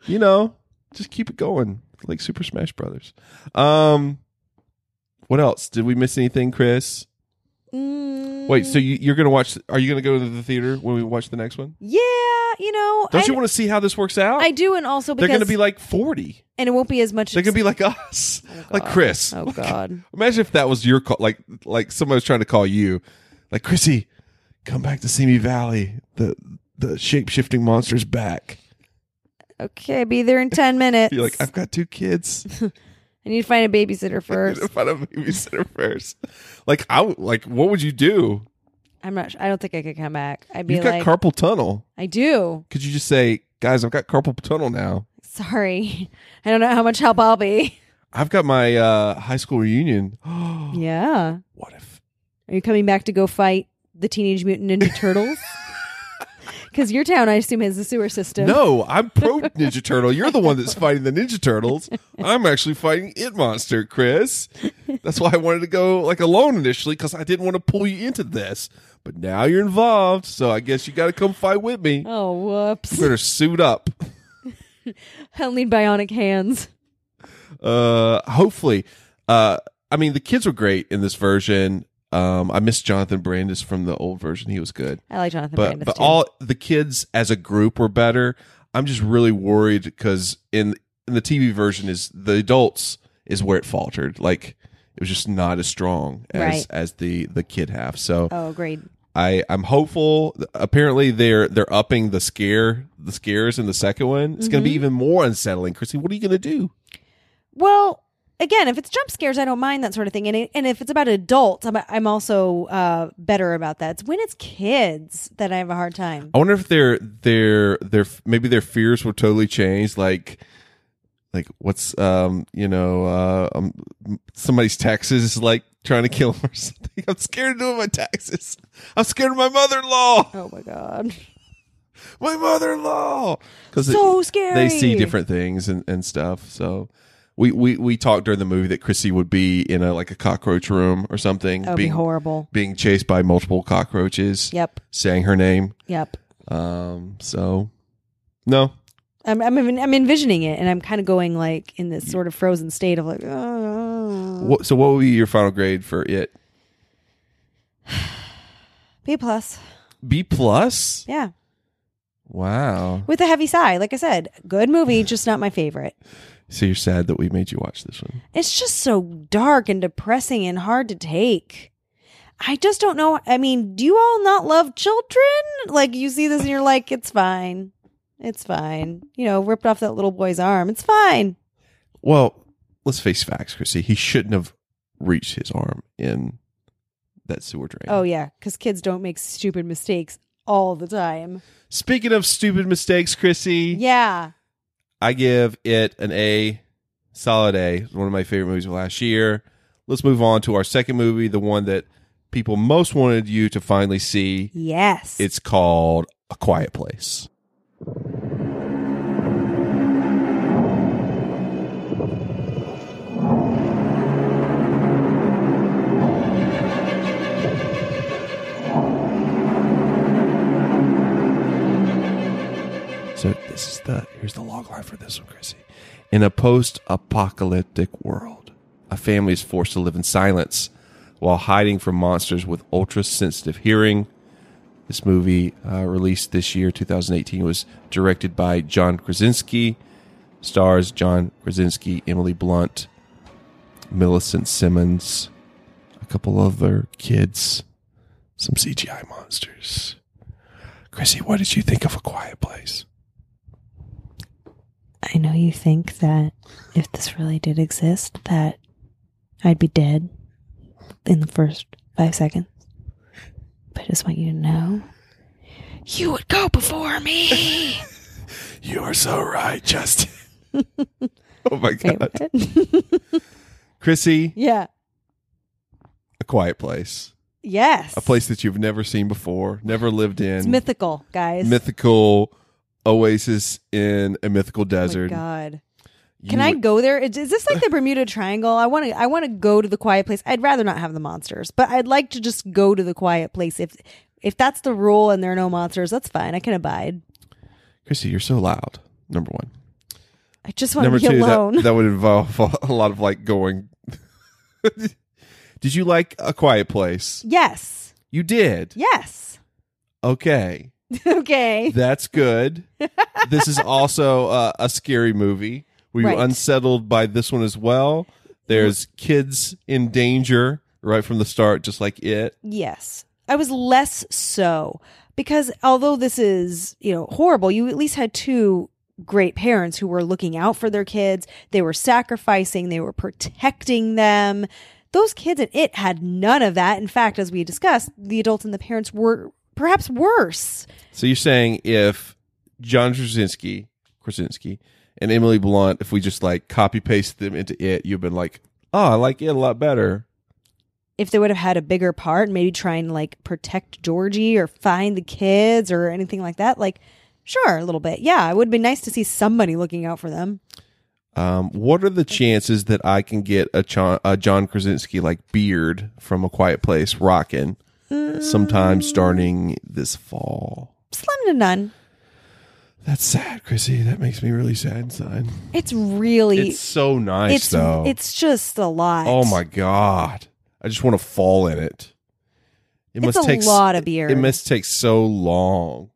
You know, just keep it going like Super Smash Brothers. Um, what else? Did we miss anything, Chris? Mm, Wait, so you, you're gonna watch? Are you gonna go to the theater when we watch the next one? yeah, you know, Don't I, you want to see how this works out? I do, and also They're because gonna be like forty. and it won't be as much. They're gonna be like us, like Chris. oh God, Imagine if that was your call, like like somebody was trying to call you, like Chrissy, come back to Simi Valley. The the shape shifting monster's back. okay, be there in ten minutes. You're like, I've got two kids. I need to find a babysitter I need first. to find a babysitter first. Like I would- like, what would you do? I'm not. su- I don't think I could come back. I'd be You've like, got carpal tunnel. I do. Could you just say, guys, I've got carpal tunnel now. Sorry, I don't know how much help I'll be. I've got my uh, high school reunion. yeah, what if? are you coming back to go fight the Teenage Mutant Ninja Turtles? Because your town, I assume, has a sewer system. No, I'm pro Ninja Turtle. You're the one that's fighting the Ninja Turtles. I'm actually fighting It Monster, Chris. That's why I wanted to go like alone initially because I didn't want to pull you into this. But now you're involved, so I guess you got to come fight with me. Oh, whoops. Better suit up. I'll need bionic hands. Uh, hopefully, uh, I mean the kids were great in this version. Um, I miss Jonathan Brandis from the old version. He was good. I like Jonathan but Brandis but too. all the kids as a group were better. I'm just really worried because in in the TV version is the adults is where it faltered. Like it was just not as strong as Right. as the the kid half. So oh, great. I I'm hopeful. Apparently they're they're upping the scare the scares in the second one. It's Mm-hmm. going to be even more unsettling. Chrissy, what are you going to do? Well, again, if it's jump scares, I don't mind that sort of thing. And, it, and if it's about adults, I'm, I'm also uh, better about that. It's when it's kids that I have a hard time. I wonder if their their their maybe their fears were totally changed. Like like what's um you know uh um, somebody's taxes is like trying to kill them or something. I'm scared of doing my taxes. I'm scared of my mother in law. Oh, my God. My mother in law because So scary. they see different things and and stuff. So. We, we, we talked during the movie that Chrissy would be in a like a cockroach room or something, That would be horrible. being chased by multiple cockroaches. Yep. saying her name. Yep. Um, so no, I'm, I'm, even- I'm envisioning it and I'm kind of going like in this sort of frozen state of like, oh. What, so what would be your final grade for it? B plus. B plus. Yeah. Wow. With a heavy sigh. Like I said, good movie, just not my favorite. So you're sad that we made you watch this one. It's just so dark and depressing and hard to take. I just don't know. I mean, do you all not love children? Like you see this and you're like, it's fine. It's fine. You know, ripped off that little boy's arm. It's fine. Well, let's face facts, Chrissy. He shouldn't have reached his arm in that sewer drain. Oh yeah, cuz kids don't make stupid mistakes all the time. Speaking of stupid mistakes, Chrissy, Yeah. I give it an A, solid A. It's one of my favorite movies of last year. Let's move on to our second movie, the one that people most wanted you to finally see. Yes. It's called A Quiet Place. So this is the here's the log line for this one, Chrissy. In a post-apocalyptic world, a family is forced to live in silence while hiding from monsters with ultra-sensitive hearing. This movie, uh, released this year, 2018, was directed by John Krasinski. Stars John Krasinski, Emily Blunt, Millicent Simmons, a couple other kids, some CGI monsters. Chrissy, what did you think of A Quiet Place? I know you think that if this really did exist that I'd be dead in the first five seconds. But I just want you to know you would go before me. You are so right, Justin. oh my Okay, god, what? Chrissy, yeah. a quiet place, Yes. a place that you've never seen before, never lived in, It's mythical, guys. mythical oasis in a mythical Oh my desert. God. You Can I would- go there? Is, is this like the Bermuda Triangle? I want to. I want to go to the quiet place. I'd rather not have the monsters, but I'd like to just go to the quiet place. If if that's the rule and there are no monsters, that's fine. I can abide. Chrissy, you're so loud. Number one. I just want Number to be two, alone. that that would involve a lot of like going. did you like a quiet place? yes. You did. Yes. Okay, okay. that's good. this is also uh, a scary movie. We Right. were unsettled by this one as well. There's kids in danger right from the start, just like it. Yes. I was less so because although this is, you know, horrible, you at least had two great parents who were looking out for their kids. They were sacrificing, they were protecting them. Those kids in it had none of that. In fact, as we discussed, the adults and the parents were perhaps worse. So you're saying if John Krasinski, Krasinski, and Emily Blunt, if we just like copy paste them into it, you've been like, oh, I like it a lot better. If they would have had a bigger part, maybe trying to like protect Georgie or find the kids or anything like that, like sure, a little bit. Yeah, it would have been nice to see somebody looking out for them. Um, what are the chances that I can get a, John, a John Krasinski like beard from A Quiet Place rocking sometime starting this fall? Slim to none. That's sad, Chrissy. That makes me really sad inside. It's really It's it's so nice, it's, though. just a lot. oh my god, I just want to fall in it. It It's a take s- lot of beer. It must take so long.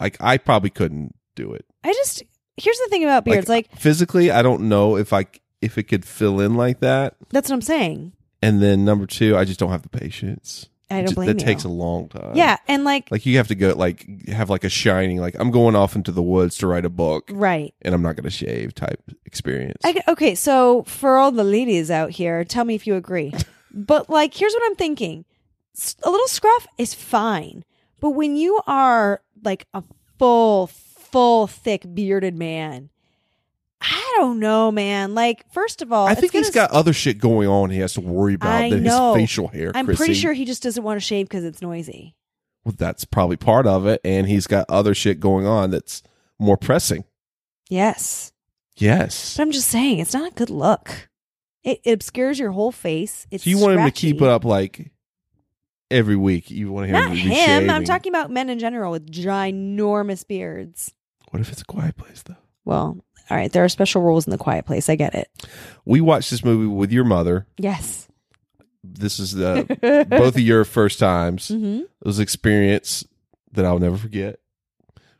Like I probably couldn't do it. I just here's the thing about beards, like, physically, I don't know if I c- if it could fill in like that. that's what I'm saying. And then number two, I just don't have the patience. I don't Ju- blame that you. takes a long time. yeah, and like, uh, like you have to go like have like a shining like I'm going off into the woods to write a book right. and I'm not going to shave type experience. I, okay, so for all the ladies out here, tell me if you agree. but like, here's what I'm thinking: S- a little scruff is fine, but when you are like a full, full, thick bearded man, I don't know, man. Like, first of all, I it's think he's gonna got other shit going on he has to worry about I than know. his facial hair. I'm pretty Chrissy. sure he just doesn't want to shave because it's noisy. well, that's probably part of it, and he's got other shit going on that's more pressing. Yes. Yes. But I'm just saying, it's not a good look. It, it obscures your whole face. It's so you want him to keep it scratchy. up like every week. You want him Not to be him. I'm shaving. talking about men in general with ginormous beards. What if it's a quiet place though? Well, all right. There are special rules in the quiet place. I get it. We watched this movie with your mother. Yes. This is the both of your first times. hmm It was an experience that I'll never forget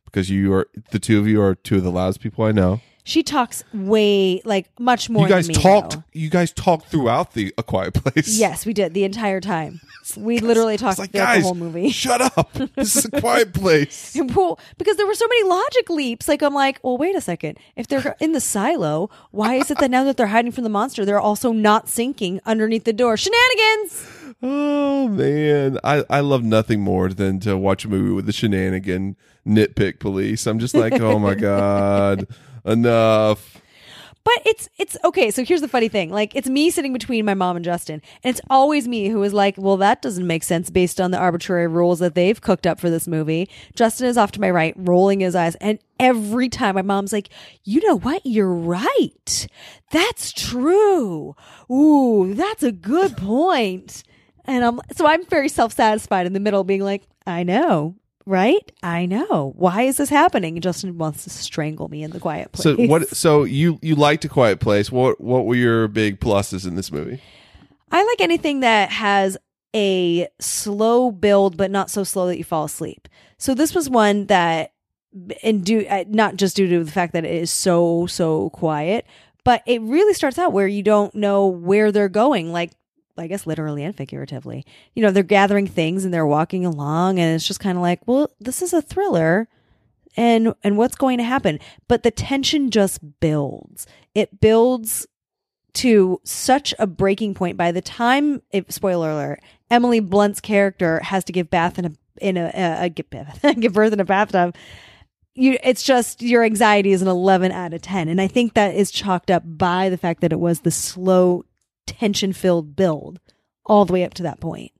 because you are the two of you are two of the loudest people I know. She talks way like much more. you guys than me, talked. though. You guys talked throughout the A Quiet Place. Yes, we did the entire time. We literally I was talked like, throughout guys, the whole movie. shut up. This is a quiet place. Well, because there were so many logic leaps. Like I'm like, well, wait a second. If they're in the silo, why is it that now that they're hiding from the monster, they're also not sinking underneath the door? Shenanigans. Oh man, I I love nothing more than to watch a movie with the shenanigan nitpick police. I'm just like, oh my god, enough. But it's it's okay. So here's the funny thing. Like it's me sitting between my mom and Justin, and it's always me who is like, well, that doesn't make sense based on the arbitrary rules that they've cooked up for this movie. Justin is off to my right, rolling his eyes, and every time my mom's like, you know what? You're right. That's true. Ooh, that's a good point. And I'm so I'm very self satisfied in the middle, being like, I know. Right? I know. Why is this happening? And Justin wants to strangle me in the quiet place. So what? So you you liked a quiet place. What what were your big pluses in this movie? I like anything that has a slow build, but not so slow that you fall asleep. So this was one that, and do uh, not just due to the fact that it is so so quiet, but it really starts out where you don't know where they're going. Like I guess literally and figuratively, you know, they're gathering things and they're walking along, and it's just kind of like, well, this is a thriller and and what's going to happen but the tension just builds it builds to such a breaking point by the time if, spoiler alert emily blunt's character has to give bath in a in a, a, a give, bath, give birth in a bathtub you it's just your anxiety is an 11 out of 10 and i think that is chalked up by the fact that it was the slow tension filled build all the way up to that point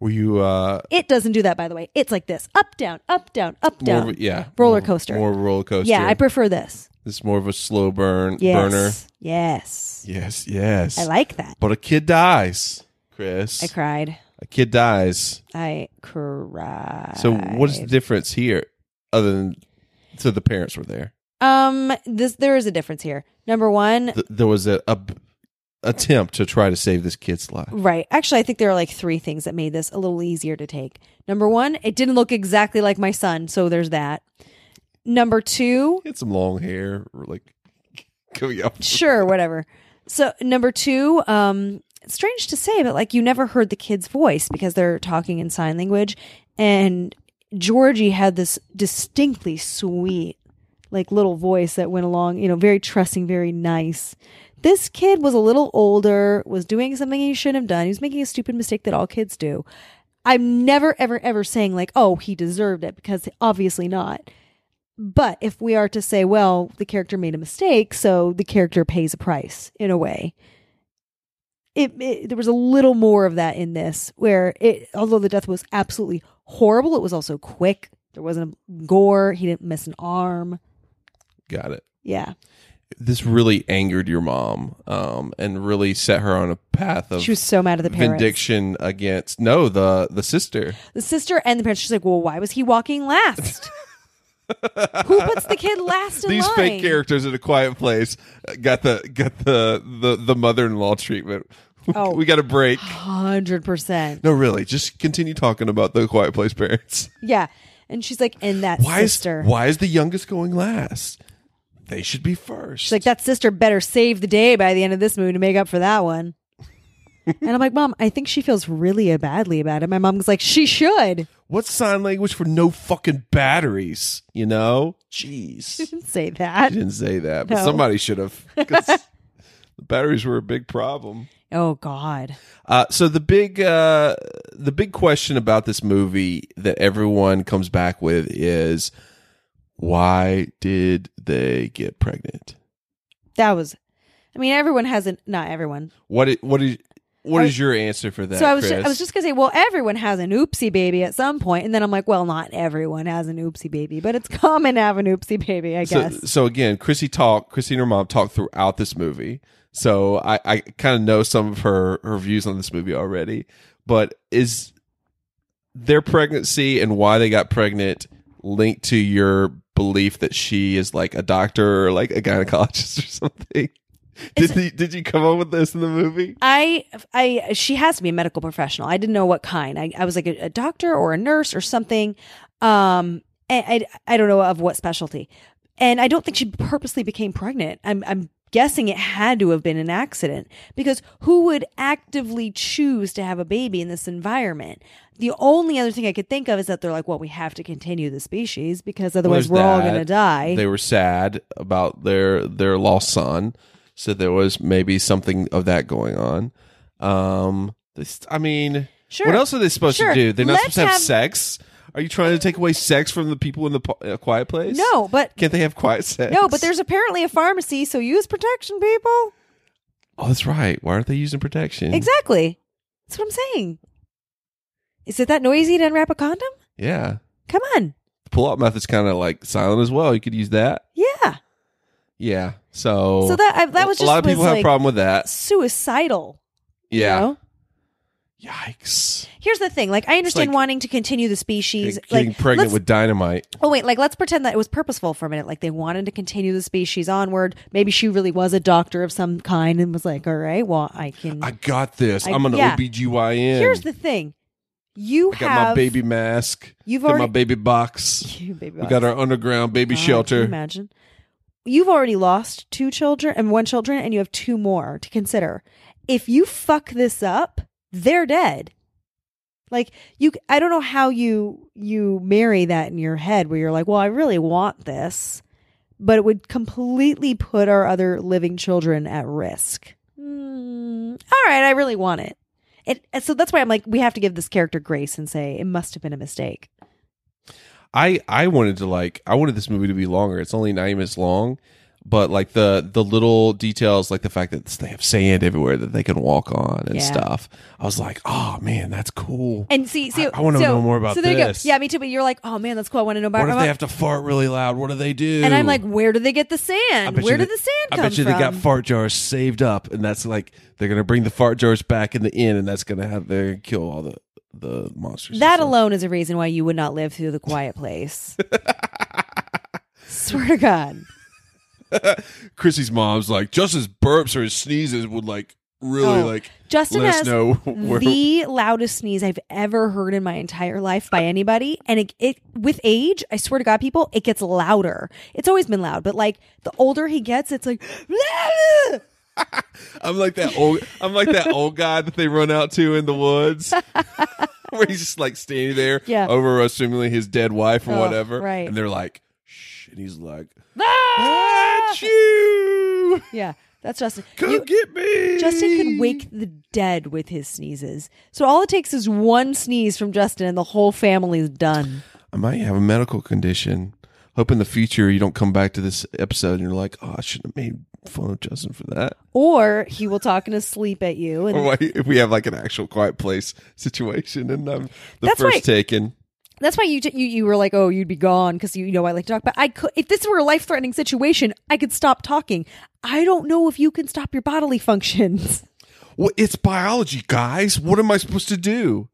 Were you uh, it doesn't do that by the way it's like this up down up down up more? down Of a, yeah, roller more- coaster More roller coaster. yeah i prefer this this is more of a slow burn yes burner. yes Yes, yes. i like that but a kid dies, Chris. i cried a kid dies. i cried So what is the difference here, other than so the parents were there? um this there is a difference here number one Th- there was a, a b- attempt to try to save this kid's life. Right. Actually, I think there are like three things that made this a little easier to take. Number one, it didn't look exactly like my son, so there's that. Number two, He had some long hair, or like coming up. sure, whatever. So number two, um, it's strange to say, but like you never heard the kid's voice because they're talking in sign language, and Georgie had this distinctly sweet, like little voice that went along, you know, very trusting, very nice. This kid was a little older, was doing something he shouldn't have done. He was making a stupid mistake that all kids do. I'm never, ever, ever saying like, oh, he deserved it because obviously not. But if we are to say, well, the character made a mistake, so the character pays a price in a way. It, it there was a little more of that in this, where it although the death was absolutely horrible, it was also quick. There wasn't a gore. He didn't miss an arm. Got it. Yeah, This really angered your mom, um, and really set her on a path of she was so mad at the parents, vindication against no the the sister. the sister, and the parents. She's like, well, why was he walking last? Who puts the kid last in These line? fake characters in a quiet place uh, got the got the the, the mother in law treatment. Oh. we got a break. Hundred percent. No, really, just continue talking about the quiet place parents. Yeah, and she's like, and that Why sister. is why is the youngest going last? They should be first. She's like, that sister better save the day by the end of this movie to make up for that one. and I'm like, Mom, I think she feels really badly about it. My mom was like, She should. What's sign language for no fucking batteries? You know? Jeez. Didn't say I that. didn't say that, but No. somebody should have. 'cause the batteries were a big problem. Oh God. Uh, so the big uh, the big question about this movie that everyone comes back with is why did they get pregnant? That was I mean, everyone has an not everyone. What i- what is what I- is your answer for that? so I was ju- Chris? I was just gonna say, well, everyone has an oopsie baby at some point, and then I'm like, well, not everyone has an oopsie baby, but it's common to have an oopsie baby, I so, guess. so again, Chrissy talk, Chrissy and her mom talked throughout this movie. So I, I kind of know some of her her views on this movie already. But is their pregnancy and why they got pregnant linked to your belief that she is like a doctor or like a gynecologist or something? Did you, did you come up with this in the movie? I, I, she has to be a medical professional. I didn't know what kind. I, I was like a, a doctor or a nurse or something. Um, and I, I don't know of what specialty. And I don't think she purposely became pregnant. I'm, I'm guessing it had to have been an accident because who would actively choose to have a baby in this environment? The only other thing I could think of is that they're like, well, we have to continue the species because otherwise Well, we're all there's going to that. die. They were sad about their their lost son, so there was maybe something of that going on. Um, this, I mean, Sure. what else are they supposed Sure. to do? They're not Let's supposed to have, have- sex. Are you trying to take away sex from the people in the po- uh, quiet place? no, but Can't they have quiet sex? no, but there's apparently a pharmacy, so use protection, people. Oh, that's right. Why aren't they using protection? Exactly. That's what I'm saying. Is it that noisy to unwrap a condom? Yeah. Come on. The pull out method's kind of like silent as well. You could use that. Yeah. Yeah. So, So that I, that was a just lot of people was have a like problem with that. suicidal. you Yeah. know? Yikes. Here's the thing. Like I understand like- wanting to continue the species. Getting like pregnant let's- with dynamite. Oh wait, like let's pretend that it was purposeful for a minute. Like they wanted to continue the species onward. Maybe she really was a doctor of some kind and was like, "All right, well, I can." I got this. I- I, am an yeah. OBGYN. Here's the thing. You I got have my baby mask. You've got my already- baby box. You baby We got our underground baby God, can you shelter. imagine. You've already lost two children and one children, and you have two more to consider. If you fuck this up, they're dead. Like you, I don't know how you you marry that in your head where you're like, well, I really want this, but it would completely put our other living children at risk. Mm, all right, I really want it. It so that's why I'm like we have to give this character grace and say it must have been a mistake. I I wanted to like I wanted this movie to be longer. It's only nine minutes long, but like the the little details, like the fact that they have sand everywhere that they can walk on and Yeah. stuff. I was like, oh man, that's cool. And see, see, I- I wanna so- know more about so there you go. this. Yeah, me too. But you're like, oh man, that's cool. I want to know about. what if about- they have to fart really loud? What do they do? and I'm like, where do they get the I sand? bet Where you did they- the sand I come bet you from? they got fart jars saved up, and that's like they're gonna bring the fart jars back in the inn, and that's gonna have they're gonna kill all the the monsters. and That stuff. alone is a reason why you would not live through the quiet place. Swear to God. Chrissy's mom's like just his burps or his sneezes would like really Oh, like Justin let us has know where the loudest sneeze I've ever heard in my entire life by anybody. And it, it with age, I swear to God, people, it gets louder. It's always been loud, but like the older he gets, it's like I'm like that old. I'm like that old guy that they run out to in the woods, where he's just like standing there Yeah. over assumingly his dead wife or Oh, whatever, right. And they're like, "Shh," and he's like, Ah! "At you, Yeah. That's Justin. come You- get me." Justin can wake the dead with his sneezes. So all it takes is one sneeze from Justin and the whole family's done. I might have a medical condition. Hope in the future you don't come back to this episode and you're like, "Oh, I shouldn't have made fun of Justin for that." Or he will talk in his sleep at you and Or why- if we have like an actual quiet place situation and I'm the That's first right. taken. That's why you, t- you you were like, oh, you'd be gone because you, you know I like to talk. But I could, if this were a life threatening situation, I could stop talking. I don't know if you can stop your bodily functions. Well, it's biology, guys. What am I supposed to do?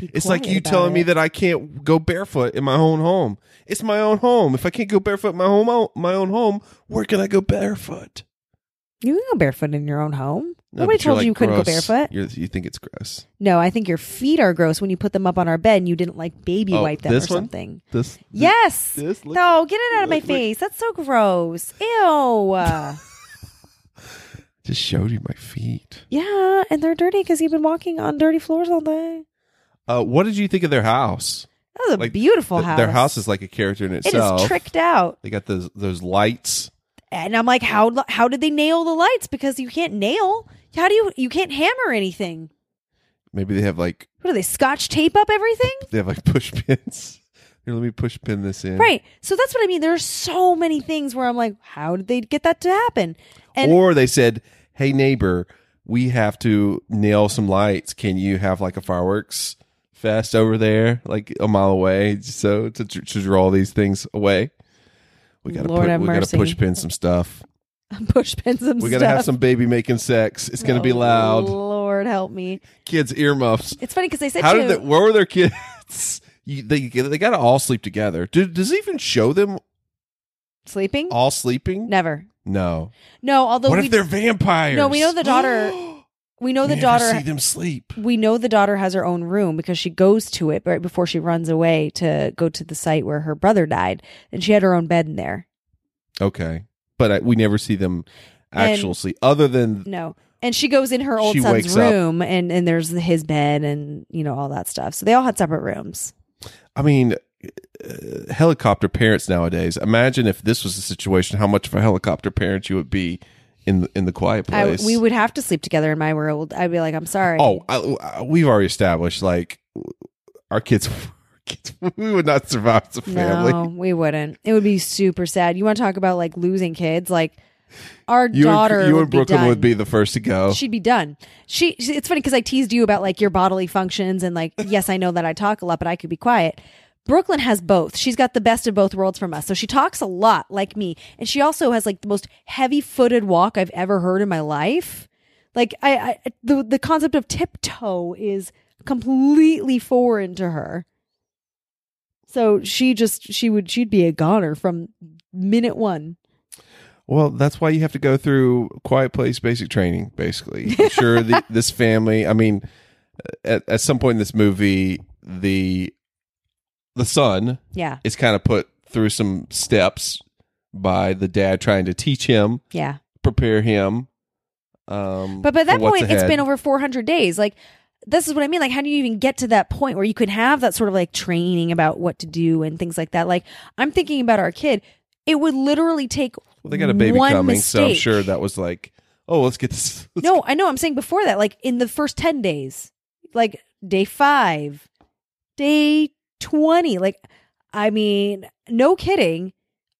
Be It's like quiet you about telling me it. that I can't go barefoot in my own home. It's my own home. If I can't go barefoot in my home, my own home, where can I go barefoot? you can go barefoot in your own home. No, Nobody but you're, told you you like, couldn't go gross. barefoot. You're, you think it's gross? No, I think your feet are gross when you put them up on our bed and you didn't like baby Oh, wipe them or this one? something. This? Yes. This? Look- no, get it out of my look- look. face. That's so gross. Ew. Just showed you my feet. yeah, and they're dirty because you've been walking on dirty floors all day. Uh, what did you think of their house? That was a Like, beautiful Th- house. Their house is like a character in It itself. is tricked out. They got those those lights. and I'm like, how how did they nail the lights? Because you can't nail. How do you you can't hammer anything? Maybe they have like What do they scotch tape up everything? they have like push pins. Here, let me push pin this in. Right. So that's what I mean. There are so many things where I'm like, how did they get that to happen? And or they said, "Hey neighbor, we have to nail some lights. Can you have like a fireworks fest over there, like a mile away, so to, to draw these things away? We gotta Lord put- have we mercy. gotta push pin some stuff. push pins and We stuff. Oh, gotta have some baby making sex. It's gonna be loud. Lord help me. Kids earmuffs. It's funny because they said How too, did they, where were their kids? You, they they gotta all sleep together. Do, does it even show them sleeping. all sleeping? Never. No. No. Although what we if they're vampires? No, we know the daughter- we know We the never daughter see them sleep. we know the daughter has her own room because she goes to it right before she runs away to go to the site where her brother died and she had her own bed in there Okay, but I, we never see them actual And- sleep other than no and she goes in her old She son's wakes up. room and and there's his bed and you know all that stuff so they all had separate rooms I mean, uh, helicopter parents nowadays. Imagine if this was the situation, how much of a helicopter parent you would be in the, in the quiet I, place. we would have to sleep together in my world i'd be like i'm sorry Oh, I, I- we've already established like our kids. our kids we would not survive as a family. no we wouldn't it would be super sad you want to talk about like losing kids like our You daughter and, you would and Brooklyn be done. would be the first to go. she'd be done. She, she it's funny because I teased you about like your bodily functions and like yes, I know that I talk a lot, but I could be quiet. Brooklyn has both. She's got the best of both worlds from us. So she talks a lot like me, and she also has like the most heavy-footed walk I've ever heard in my life. Like I, I the the concept of tiptoe is completely foreign to her. So she just she would she'd be a goner from minute one. Well, that's why you have to go through Quiet Place basic training, basically. I'm sure, the, this family. I mean, at, at some point in this movie, the the son Yeah, is kind of put through some steps by the dad trying to teach him, yeah. prepare him. Um, But by for that what's point, it's ahead. been over 400 days. Like, this is what I mean. Like, how do you even get to that point where you could have that sort of like training about what to do and things like that? Like, I'm thinking about our kid. It would literally take Well, they got a baby one coming, so I'm mistake. sure that was like, oh, let's get this. let's No, I know. I'm saying before that, like in the first 10 days, like day five, day 20. Like, I mean, no kidding.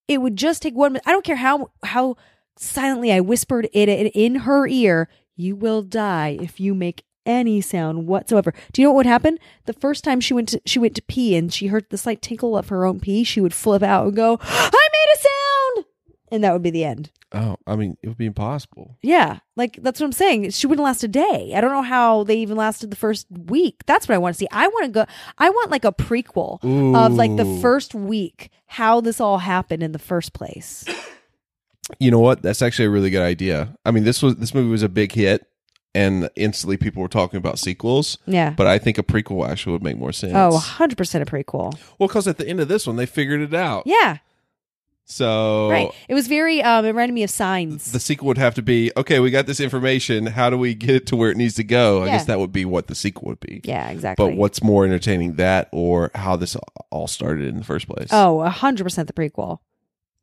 It would just take one. mi- I don't care how, how silently I whispered it in, in her ear. You will die if you make any sound whatsoever. Do you know what would happen? The first time she went to, she went to pee and she heard the slight tinkle of her own pee, she would flip out and go, I made a sound. And that would be the end. Oh, I mean, it would be impossible. Yeah, like that's what I'm saying. She wouldn't last a day. I don't know how they even lasted the first week. That's what I want to see. I want to go. I want like a prequel of like the Ooh. first week, how this all happened in the first place. You know what? That's actually a really good idea. I mean, this was this movie was a big hit, and instantly people were talking about sequels. Yeah. But I think a prequel actually would make more sense. Oh, 100 percent a prequel. well, because at the end of this one, they figured it out. Yeah, So right. It was very. Um, it reminded me of Signs. Oh. the sequel would have to be okay. We got this information. How do we get it to where it needs to go? I Yeah. guess that would be what the sequel would be. yeah, exactly. But what's more entertaining, that or how this all started in the first place? Oh, 100 percent the prequel.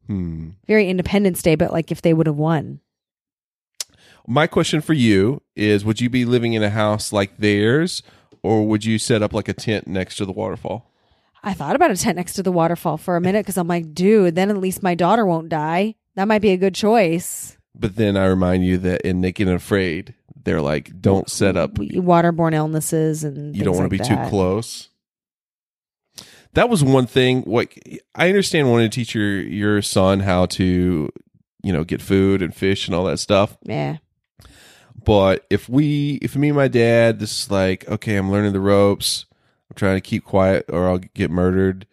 Hmm. Very Independence Day, but like if they would have won. My question for you is would you be living in a house like theirs or would you set up like a tent next to the waterfall? I thought about a tent next to the waterfall for a minute because I'm like, dude, then at least my daughter won't die. That might be a good choice. But then I remind you that in Naked and Afraid, they're like, don't set up. w- waterborne illnesses and You don't want want to be too close. That was one thing. Like, I understand wanting to teach your, your son how to, you know, get food and fish and all that stuff. Yeah, But if we, if me and my dad, this is like, okay, I'm learning the ropes. I'm trying to keep quiet or I'll get murdered.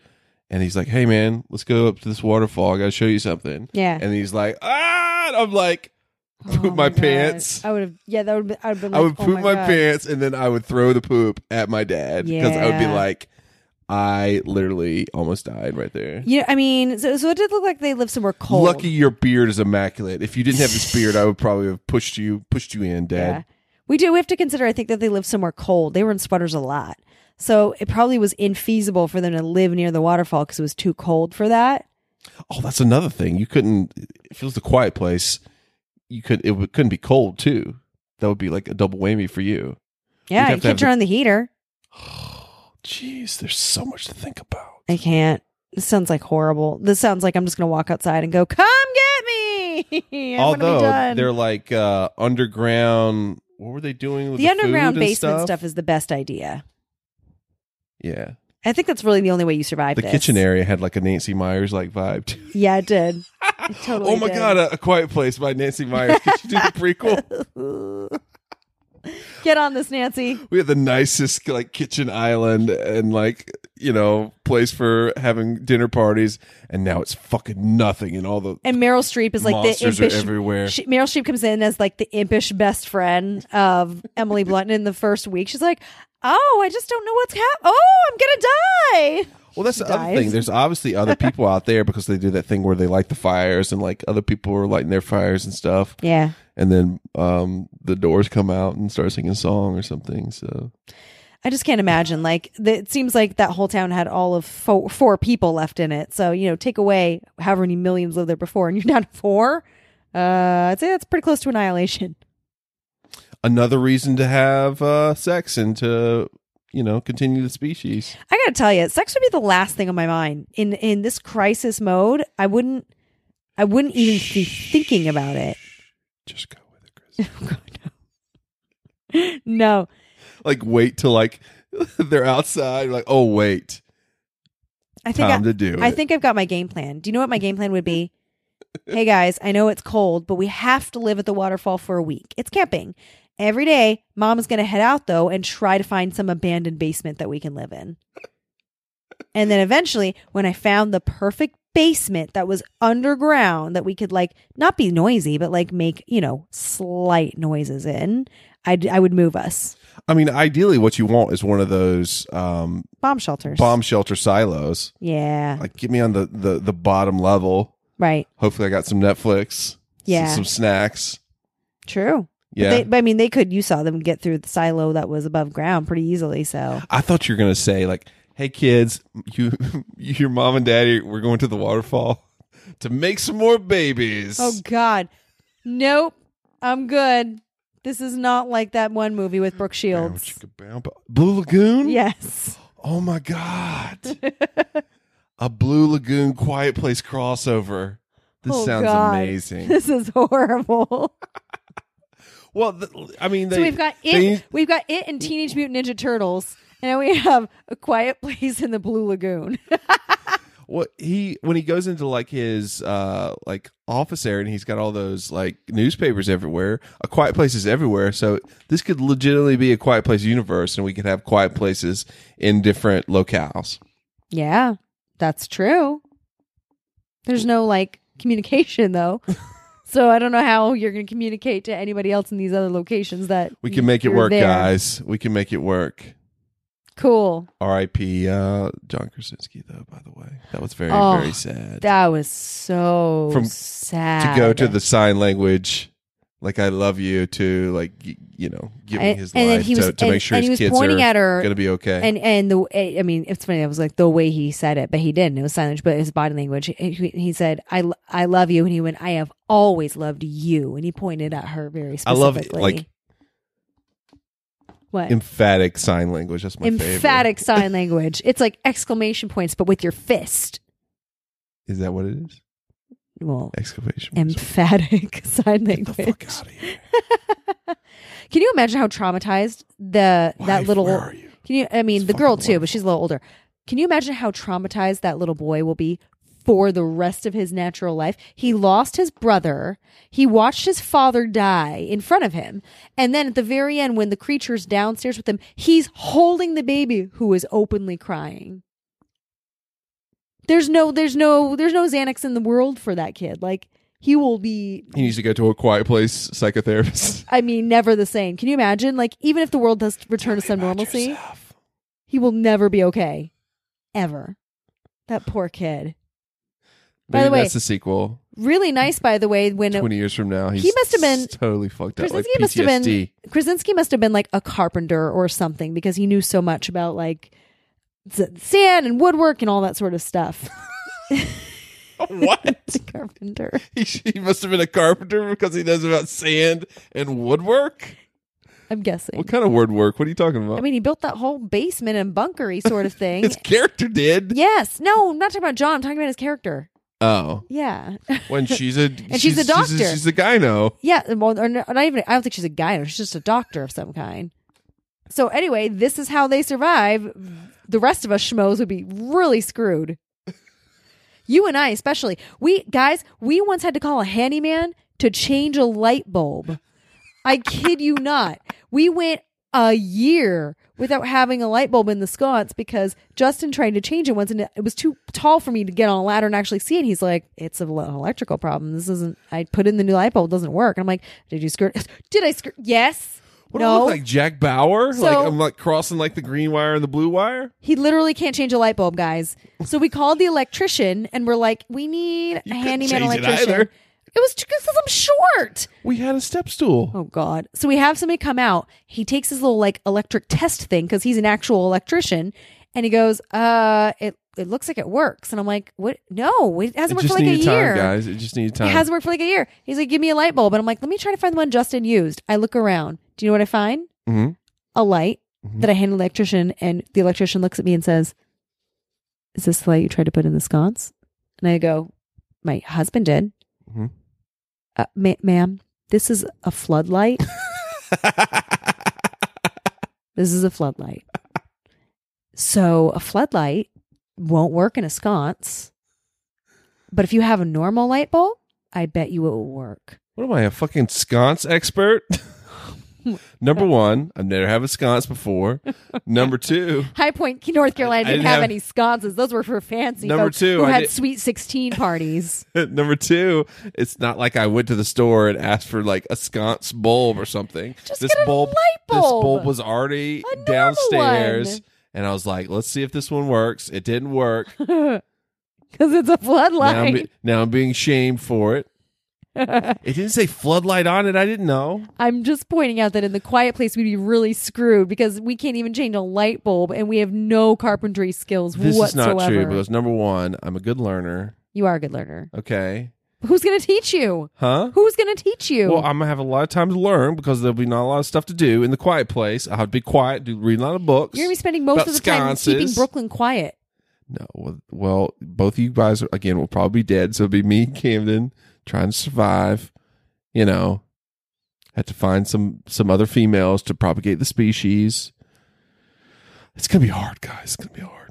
And he's like, hey, man, let's go up to this waterfall. I got to show you something. yeah. And he's like, ah, and I'm like, poop my, Oh God. pants. I would have. Yeah, that would. Be, I would. Been I like, would oh poop my God. pants and then I would throw the poop at my dad because I would be Yeah. like, I literally almost died right there. Yeah, I mean, so, so it did look like they lived somewhere cold. Lucky your beard is immaculate. If you didn't have this beard, I would probably have pushed you, pushed you in, Dad. Yeah. We do. We have to consider. I think that they lived somewhere cold. They were in sweaters a lot, so it probably was infeasible for them to live near the waterfall because it was too cold for that. Oh, that's another thing. You couldn't. If it was the quiet place, you could. It would, couldn't be cold too. That would be like a double whammy for you. You'd Yeah, have you to have can't turn the- on the heater. Jeez, there's so much to think about. I can't. This sounds like horrible. This sounds like I'm just gonna walk outside and go, "Come get me." I'm gonna Although be done. they're like uh, underground. What were they doing with the, the underground food and basement stuff? stuff? is the best idea. Yeah, I think that's really the only way you survive. the this. kitchen area had like a Nancy Myers like vibe. too. Yeah, it did. It totally. oh my did. god, a, a quiet place by Nancy Myers. Could you do the prequel? Get on this, Nancy. We had the nicest like kitchen island and like you know place for having dinner parties, and now it's fucking nothing. And all the And Meryl Streep is like Monsters the are impish. everywhere. She, Meryl Streep comes in as like the impish best friend of Emily Blunt. And in the first week, she's like, "Oh, I just don't know what's happening. Oh, I'm gonna die." Well, that's the other dies. thing. There's obviously other people out there because they do that thing where they light the fires and like other people are lighting their fires and stuff. Yeah. And then um, the doors come out and start singing a song or something. So I just can't imagine. Like, the, it seems like that whole town had all of four, four people left in it. So, you know, take away however many millions lived there before, and you're down to four. Uh, I'd say that's pretty close to annihilation. another reason to have uh, sex and to you know continue the species. I gotta tell you, sex would be the last thing on my mind in in this crisis mode. I wouldn't, I wouldn't even be thinking about it. Just go with it, Chris. No, like wait till like they're outside. Like oh wait, I think time I, to do it. I think I've got my game plan. Do you know what my game plan would be? hey guys, I know it's cold, but we have to live at the waterfall for a week. It's camping. Every day, mom is gonna head out though and try to find some abandoned basement that we can live in. And then eventually, when I found the perfect basement that was underground that we could like not be noisy, but like make, you know, slight noises in, I'd, I would move us. I mean, ideally, what you want is one of those um, Bomb shelters. bomb shelter silos. Yeah. Like get me on the the, the bottom level. right. Hopefully, I got some Netflix. Yeah. Some, some snacks. True. But, Yeah. they, but I mean, they could. You saw them get through the silo that was above ground pretty easily. So I thought you were gonna say like, "Hey kids, you, your mom and daddy, we're going to the waterfall. to make some more babies. Oh God, nope. I'm good. This is not like that one movie with Brooke Bow, Shields. chicka, bow, bow. Blue Lagoon? Yes. Oh my God. A Blue Lagoon Quiet Place crossover. This Oh, sounds God. amazing. This is horrible. Well, th- I mean, they, so we've got it. they- we've got it and Teenage Mutant Ninja Turtles, and we have a Quiet Place in the Blue Lagoon. what he when he goes into like his uh like office area and he's got all those like newspapers everywhere a quiet place is everywhere so this could legitimately be a quiet place universe and we could have quiet places in different locales yeah, that's true. There's no like communication though. So I don't know how you're going to communicate to anybody else in these other locations that we can make it you're work there. guys we can make it work Cool. rip uh john krasinski though by the way that was very Oh, very sad That was so From- to sad to go to the sign language like i love you to like y- you know giving And- his and then life he to, was- to and- make sure and his he was kids pointing are at her gonna be okay and and the eh, I mean it's funny. It was like the way he said it, but he didn't. It was silent, but his body language. He, he- he said, "I lo- I love you," and he went, "I have always loved you," and he pointed at her very I specifically. love, like, what emphatic sign language. That's my emphatic sign language? It's like exclamation points, but with your fist. favorite. Is that what it is? Well, Exclamation. mark. emphatic sign Get the language. fuck out of here. Can you imagine how traumatized the that Wife, little? Where are you? Can you? I mean, It's the girl fucking too, wonderful. but she's a little older. Can you imagine how traumatized that little boy will be for the rest of his natural life? He lost his brother. He watched his father die in front of him, and then at the very end, when the creature's downstairs with him, he's holding the baby who is openly crying. There's no, there's no, there's no Xanax in the world for that kid. Like he will be He needs to go to a quiet place psychotherapist. I mean, never the same. Can you imagine? Like, even if the world does return to some normalcy, he will never be okay. Ever. That poor kid. By Maybe the way- that's the sequel. Really nice, by the way, when Twenty years from now, he's He must have been- totally fucked up. Like Krasinski must have been PTSD. Krasinski must have been like a carpenter or something because he knew so much about like s- sand and woodwork and all that sort of stuff. What? He's a carpenter. He, he must have been a carpenter because he knows about sand and woodwork. I'm guessing. What kind of woodwork? What are you talking about? I mean, he built that whole basement and bunkery sort of thing. his character did. yes. No, I'm not talking about John. I'm talking about his character. Oh, Yeah. when she's a And she's a She's doctor. a, she's a gyno. Yeah, well, or no- not even. I don't think she's a gyno. She's just a doctor of some kind. So anyway, this is how they survive. The rest of us schmoes would be really screwed. You and I, especially we guys, we once had to call a handyman to change a light bulb. I kid you not. We went a year without having a light bulb in the sconce because Justin tried to change it once and it was too tall for me to get on a ladder and actually see it. He's like, it's an electrical problem. This isn't, I put in the new light bulb, it doesn't work. And I'm like, did you screw it? Did I screw? Yes. What do I no. look like Jack Bauer? like So- I'm like crossing like the green wire and the blue wire. He literally can't change a light bulb, guys. So we called the electrician and we're like, we need a couldn't handyman change it electrician. either. It, was because I'm short. We had a step stool. Oh God! So we have somebody come out. He takes his little like electric test thing because he's an actual electrician, and he goes, "Uh, it it looks like it works." And I'm like, "What? No, it it hasn't worked just for like a needed time, year. guys. It just needed time. It hasn't worked for like a year." He's like, "Give me a light bulb," and I'm like, "Let me try to find the one Justin used." I look around. Do you know what I find? Mhm. A light that I hand the electrician, and the electrician looks at me and says, "Is this the light you tried to put in the sconce?" And I go, "My husband did." Mhm. Uh, ma- ma'am, this is a floodlight. This is a floodlight. So a floodlight won't work in a sconce. But if you have a normal light bulb, I bet you it will work. what am I, a fucking sconce expert? Number one, I've never had a sconce before. Number two, High Point, North Carolina I didn't, didn't have, have- any sconces. Those were for fancy Number folks two, who I had did- sweet sixteen parties. number two, it's not like I went to the store and asked for like a sconce bulb or something. Just get a light This bulb. bulb was already A normal downstairs, one. and I was like, "Let's see if this one works." It didn't work. Because it's a now, I'm floodlight. be- now I'm being shamed for it. it didn't say floodlight on it. I didn't know. I'm just pointing out that in the quiet place we'd be really screwed because we can't even change a light bulb and we have no carpentry skills This is whatsoever. not true because number one, I'm a good learner. You are a good learner. Okay. Who's going to teach you? Huh? Who's going to teach you? Well, I'm gonna have a lot of time to learn because there'll be not a lot of stuff to do in the quiet place. I'll have to be quiet, do read a lot of books. You're going to be spending most about of the time keeping sconces. Brooklyn quiet. No, well- well, both of you guys are, again will probably be dead, so it'll be me, and Camden, trying to survive. You know, had to find some some other females to propagate the species. It's gonna be hard, guys. It's gonna be hard.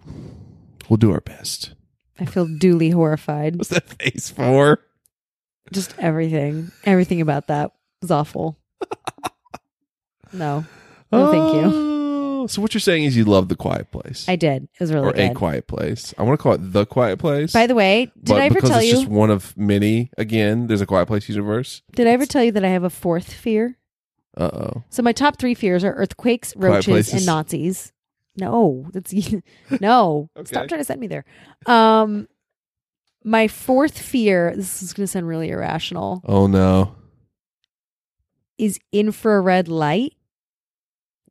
We'll do our best. I feel duly horrified. What's that face for? Just everything. Everything about that was awful. No, No, thank you. you. Oh, So what you're saying is you love the quiet place, I did. It was really or a good. quiet place. I want to call it the quiet place. By the way, did but I ever because tell it's you? just one of many. Again, there's a quiet place universe. Did I ever tell you that I have a fourth fear? Uh oh. So my top three fears are earthquakes, roaches, and places. Nazis. No, that's no. Stop Okay. trying to send me there. Um, my fourth fear. This is going to sound really irrational. Oh no. Is infrared light.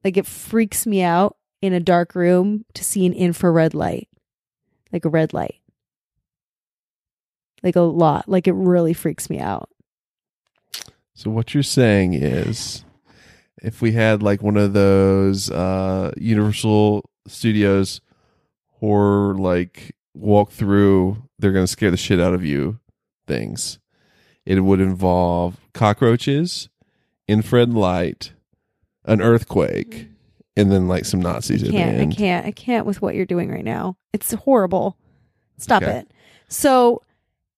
Like it freaks me out in a dark room to see an infrared light, like a red light, like a lot. Like it really freaks me out. So what you're saying is, if we had like one of those uh, Universal Studios horror like walk through, they're gonna scare the shit out of you things. It would involve cockroaches, infrared light, an earthquake, and then like some Nazis at the Mm. can't. end. I can't. I can't with what you're doing right now. It's horrible. Stop Okay. it. So,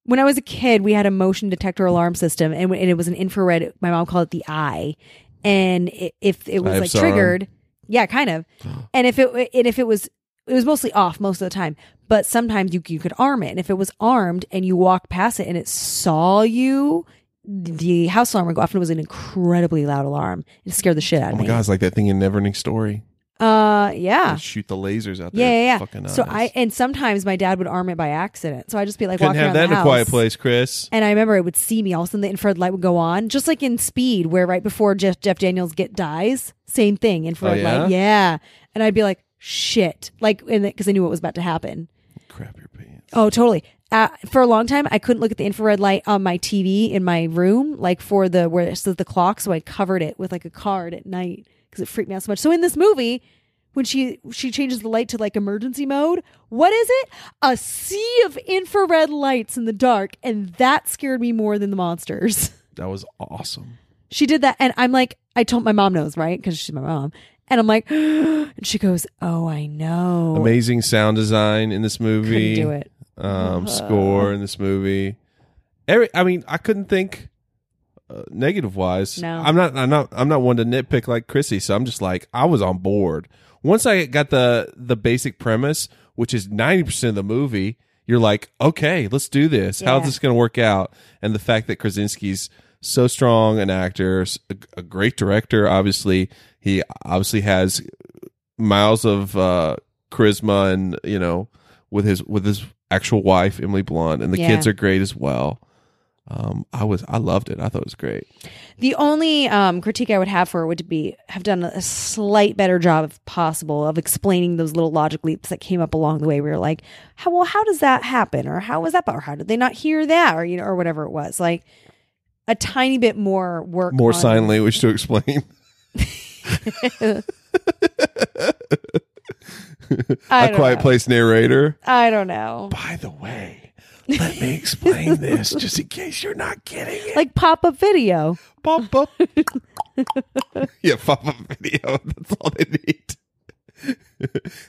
when I was a kid, we had a motion detector alarm system, and, w- and it was an infrared. My mom called it the eye, and i if it was Eye of like Sauron. triggered, yeah, kind of. Oh. And if it and if it was, it was mostly off most of the time. But sometimes you you could arm it, and if it was armed and you walked past it and it saw you. The house alarm would go off, and it was an incredibly loud alarm. It scared the shit out Oh of my me. god, it's like that thing in Neverending Story. Uh, yeah. They shoot the lasers out there. Yeah, yeah, yeah. Fucking So I eyes. and sometimes my dad would arm it by accident. So I'd just be like couldn't walking have around that the in house, a quiet place, Chris. And I remember it would see me. All of a sudden, the infrared light would go on, just like in Speed, where right before Jeff Jeff Daniels get dies, same thing, infrared Oh, yeah? light. Yeah, and I'd be like, shit, like, and because I knew what was about to happen. Crap your pants. Oh, totally. Uh, for a long time, I couldn't look at the infrared light on my TV in my room, like for the where it says the clock. So I covered it with like a card at night because it freaked me out so much. So in this movie, when she she changes the light to like emergency mode, what is it? A sea of infrared lights in the dark, and that scared me more than the monsters. That was awesome. She did that, and I'm like, I told my mom knows right because she's my mom, and I'm like, and she goes, "Oh, I know." Amazing sound design in this movie. Couldn't do it. Uh-huh. Um, score in this movie. Every, I mean, I couldn't think uh, negative wise. No. I'm not. I'm not. I'm not one to nitpick like Chrissy. So I'm just like, I was on board once I got the the basic premise, which is ninety percent of the movie. You're like, okay, let's do this. How's Yeah. this going to work out? And the fact that Krasinski's so strong an actor, s- a, a great director. Obviously, he obviously has miles of uh, charisma and you know with his with his actual wife Emily Blunt and the Yeah. kids are great as well. Um, I was I loved it. I thought it was great. The only um, critique I would have for it would be have done a slight better job, if possible, of explaining those little logic leaps that came up along the way. We were like, how, well, how does that happen, or how was that, or how did they not hear that, or you know, or whatever it was. Like a tiny bit more work, More on- sign language to explain. I A don't quiet know. place narrator. I don't know, By the way, let me explain this just in case you're not getting it. like pop up video. pop up. yeah, pop up video. That's all they need.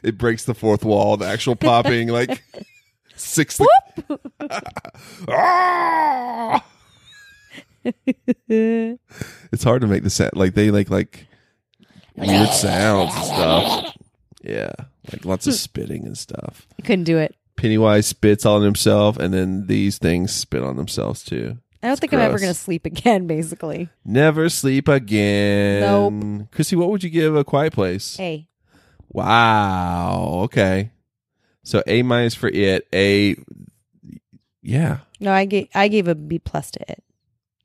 it breaks the fourth wall. The actual popping, like six. Ah! it's hard to make the sound. Like they like like weird sounds and stuff. Yeah, like lots of spitting and stuff. I couldn't do it. Pennywise spits on himself, and then these things spit on themselves too. I don't think I'm ever gross. going to sleep again. Basically, Never sleep again. Nope. Chrissy, what would you give a quiet place? hey, Wow. Okay. So A minus for it. A yeah. no, I gave I gave a B plus to it.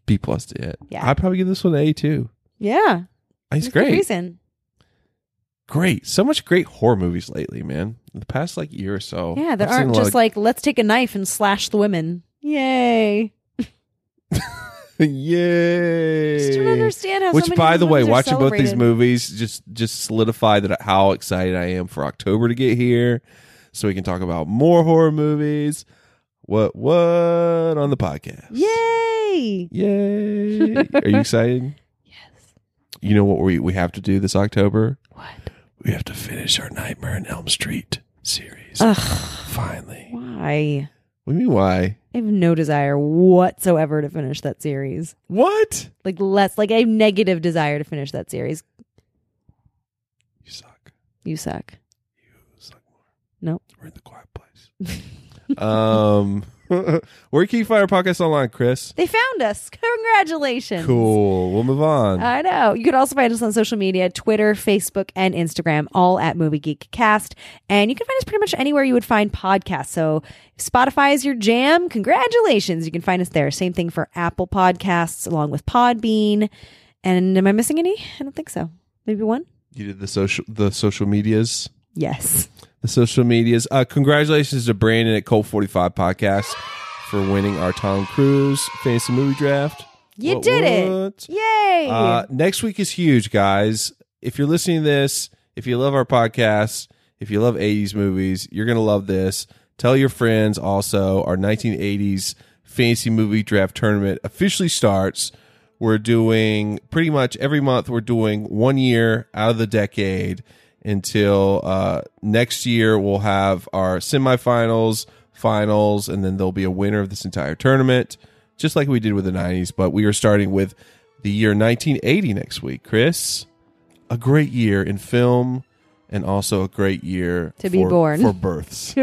B plus to it. Yeah. I'd probably give this one an A too. Yeah, It's Good great. reason. great. So much great horror movies lately, man. In the past like year or so. Yeah, there I've seen aren't a lot just of- like let's take a knife and slash the women. Yay! Yay. Just don't understand how. so Which many by of the these way, movies are watching both these celebrated. movies just just solidify that how excited I am for October to get here so we can talk about more horror movies. What what on the podcast. Yay! Yay. Are you excited? Yes. You know what we we have to do this October? What? We have to finish our Nightmare on Elm Street series. Finally. Why? What do you mean why? I have no desire whatsoever to finish that series. What? Like less. Like I have negative desire to finish that series. You suck. You suck. Suck more. Nope. We're in the quiet place. um Where can you find our podcast online, Chris? They found us. Congratulations. Cool. We'll move on. I know. You can also find us on social media Twitter, Facebook, and Instagram, all at Movie Geek Cast. And you can find us pretty much anywhere you would find podcasts. So if Spotify is your jam. Congratulations. You can find us there. Same thing for Apple Podcasts, along with Podbean. And am I missing any? I don't think so. Maybe one? you did the social the social medias. Yes. the social medias. Uh, congratulations to Brandon at Colt Forty Five Podcast for winning our Tom Cruise fantasy movie draft. You did it. Yay. Uh, next week is huge, guys. If you're listening to this, if you love our podcast, if you love 80s movies, you're going to love this. Tell your friends also our 1980s fantasy movie draft tournament officially starts. We're doing pretty much every month, we're doing one year out of the decade until uh, next year. We'll have our semifinals, finals, and then there'll be a winner of this entire tournament, just like we did with the 90s. But we are starting with the year 1980 next week, Chris. A great year in film and also a great year To be for- born. for births.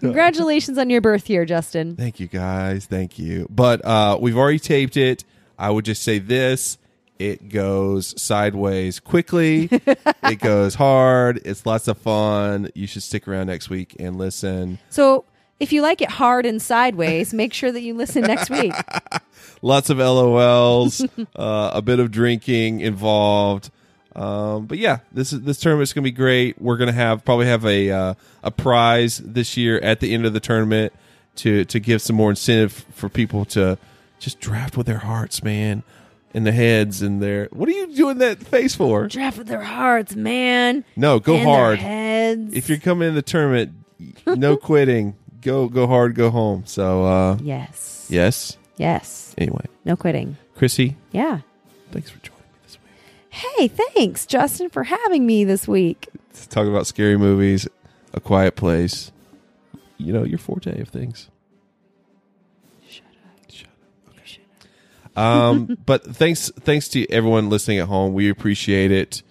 Congratulations on your birth year, Justin. Thank you guys. Thank you. But uh, we've already taped it. I would just say this it goes sideways quickly, it goes hard. It's lots of fun. You should stick around next week and listen. So if you like it hard and sideways, make sure that you listen next week. Lots of LOLs, uh, a bit of drinking involved. Um, but yeah, this is this tournament's gonna be great. We're gonna have probably have a uh, a prize this year at the end of the tournament to to give some more incentive for people to just draft with their hearts, man, and their heads and their. What are you doing that face for? Draft with their hearts, man. No, go And their hard. heads. If you're coming in the tournament, no quitting. Go go hard, go home. So uh, Yes. yes. Yes. Anyway, No quitting. Chrissy, Yeah. thanks for joining me this week. Hey, thanks, Justin, for having me this week. Let's talk about scary movies, A Quiet Place. You know your forte of things. Um, but thanks, thanks to everyone listening at home. We appreciate it.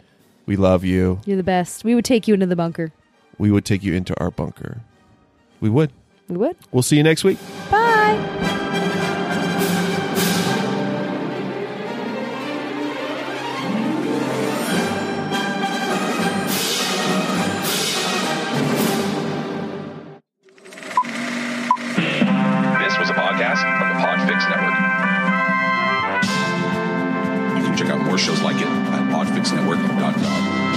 We love you. You're the best. We would take you into the bunker. We would take you into our bunker. We would. We would. We'll see you next week. Bye. This was a podcast from the Podfix Network. You can check out more shows like it at podfixnetwork.com.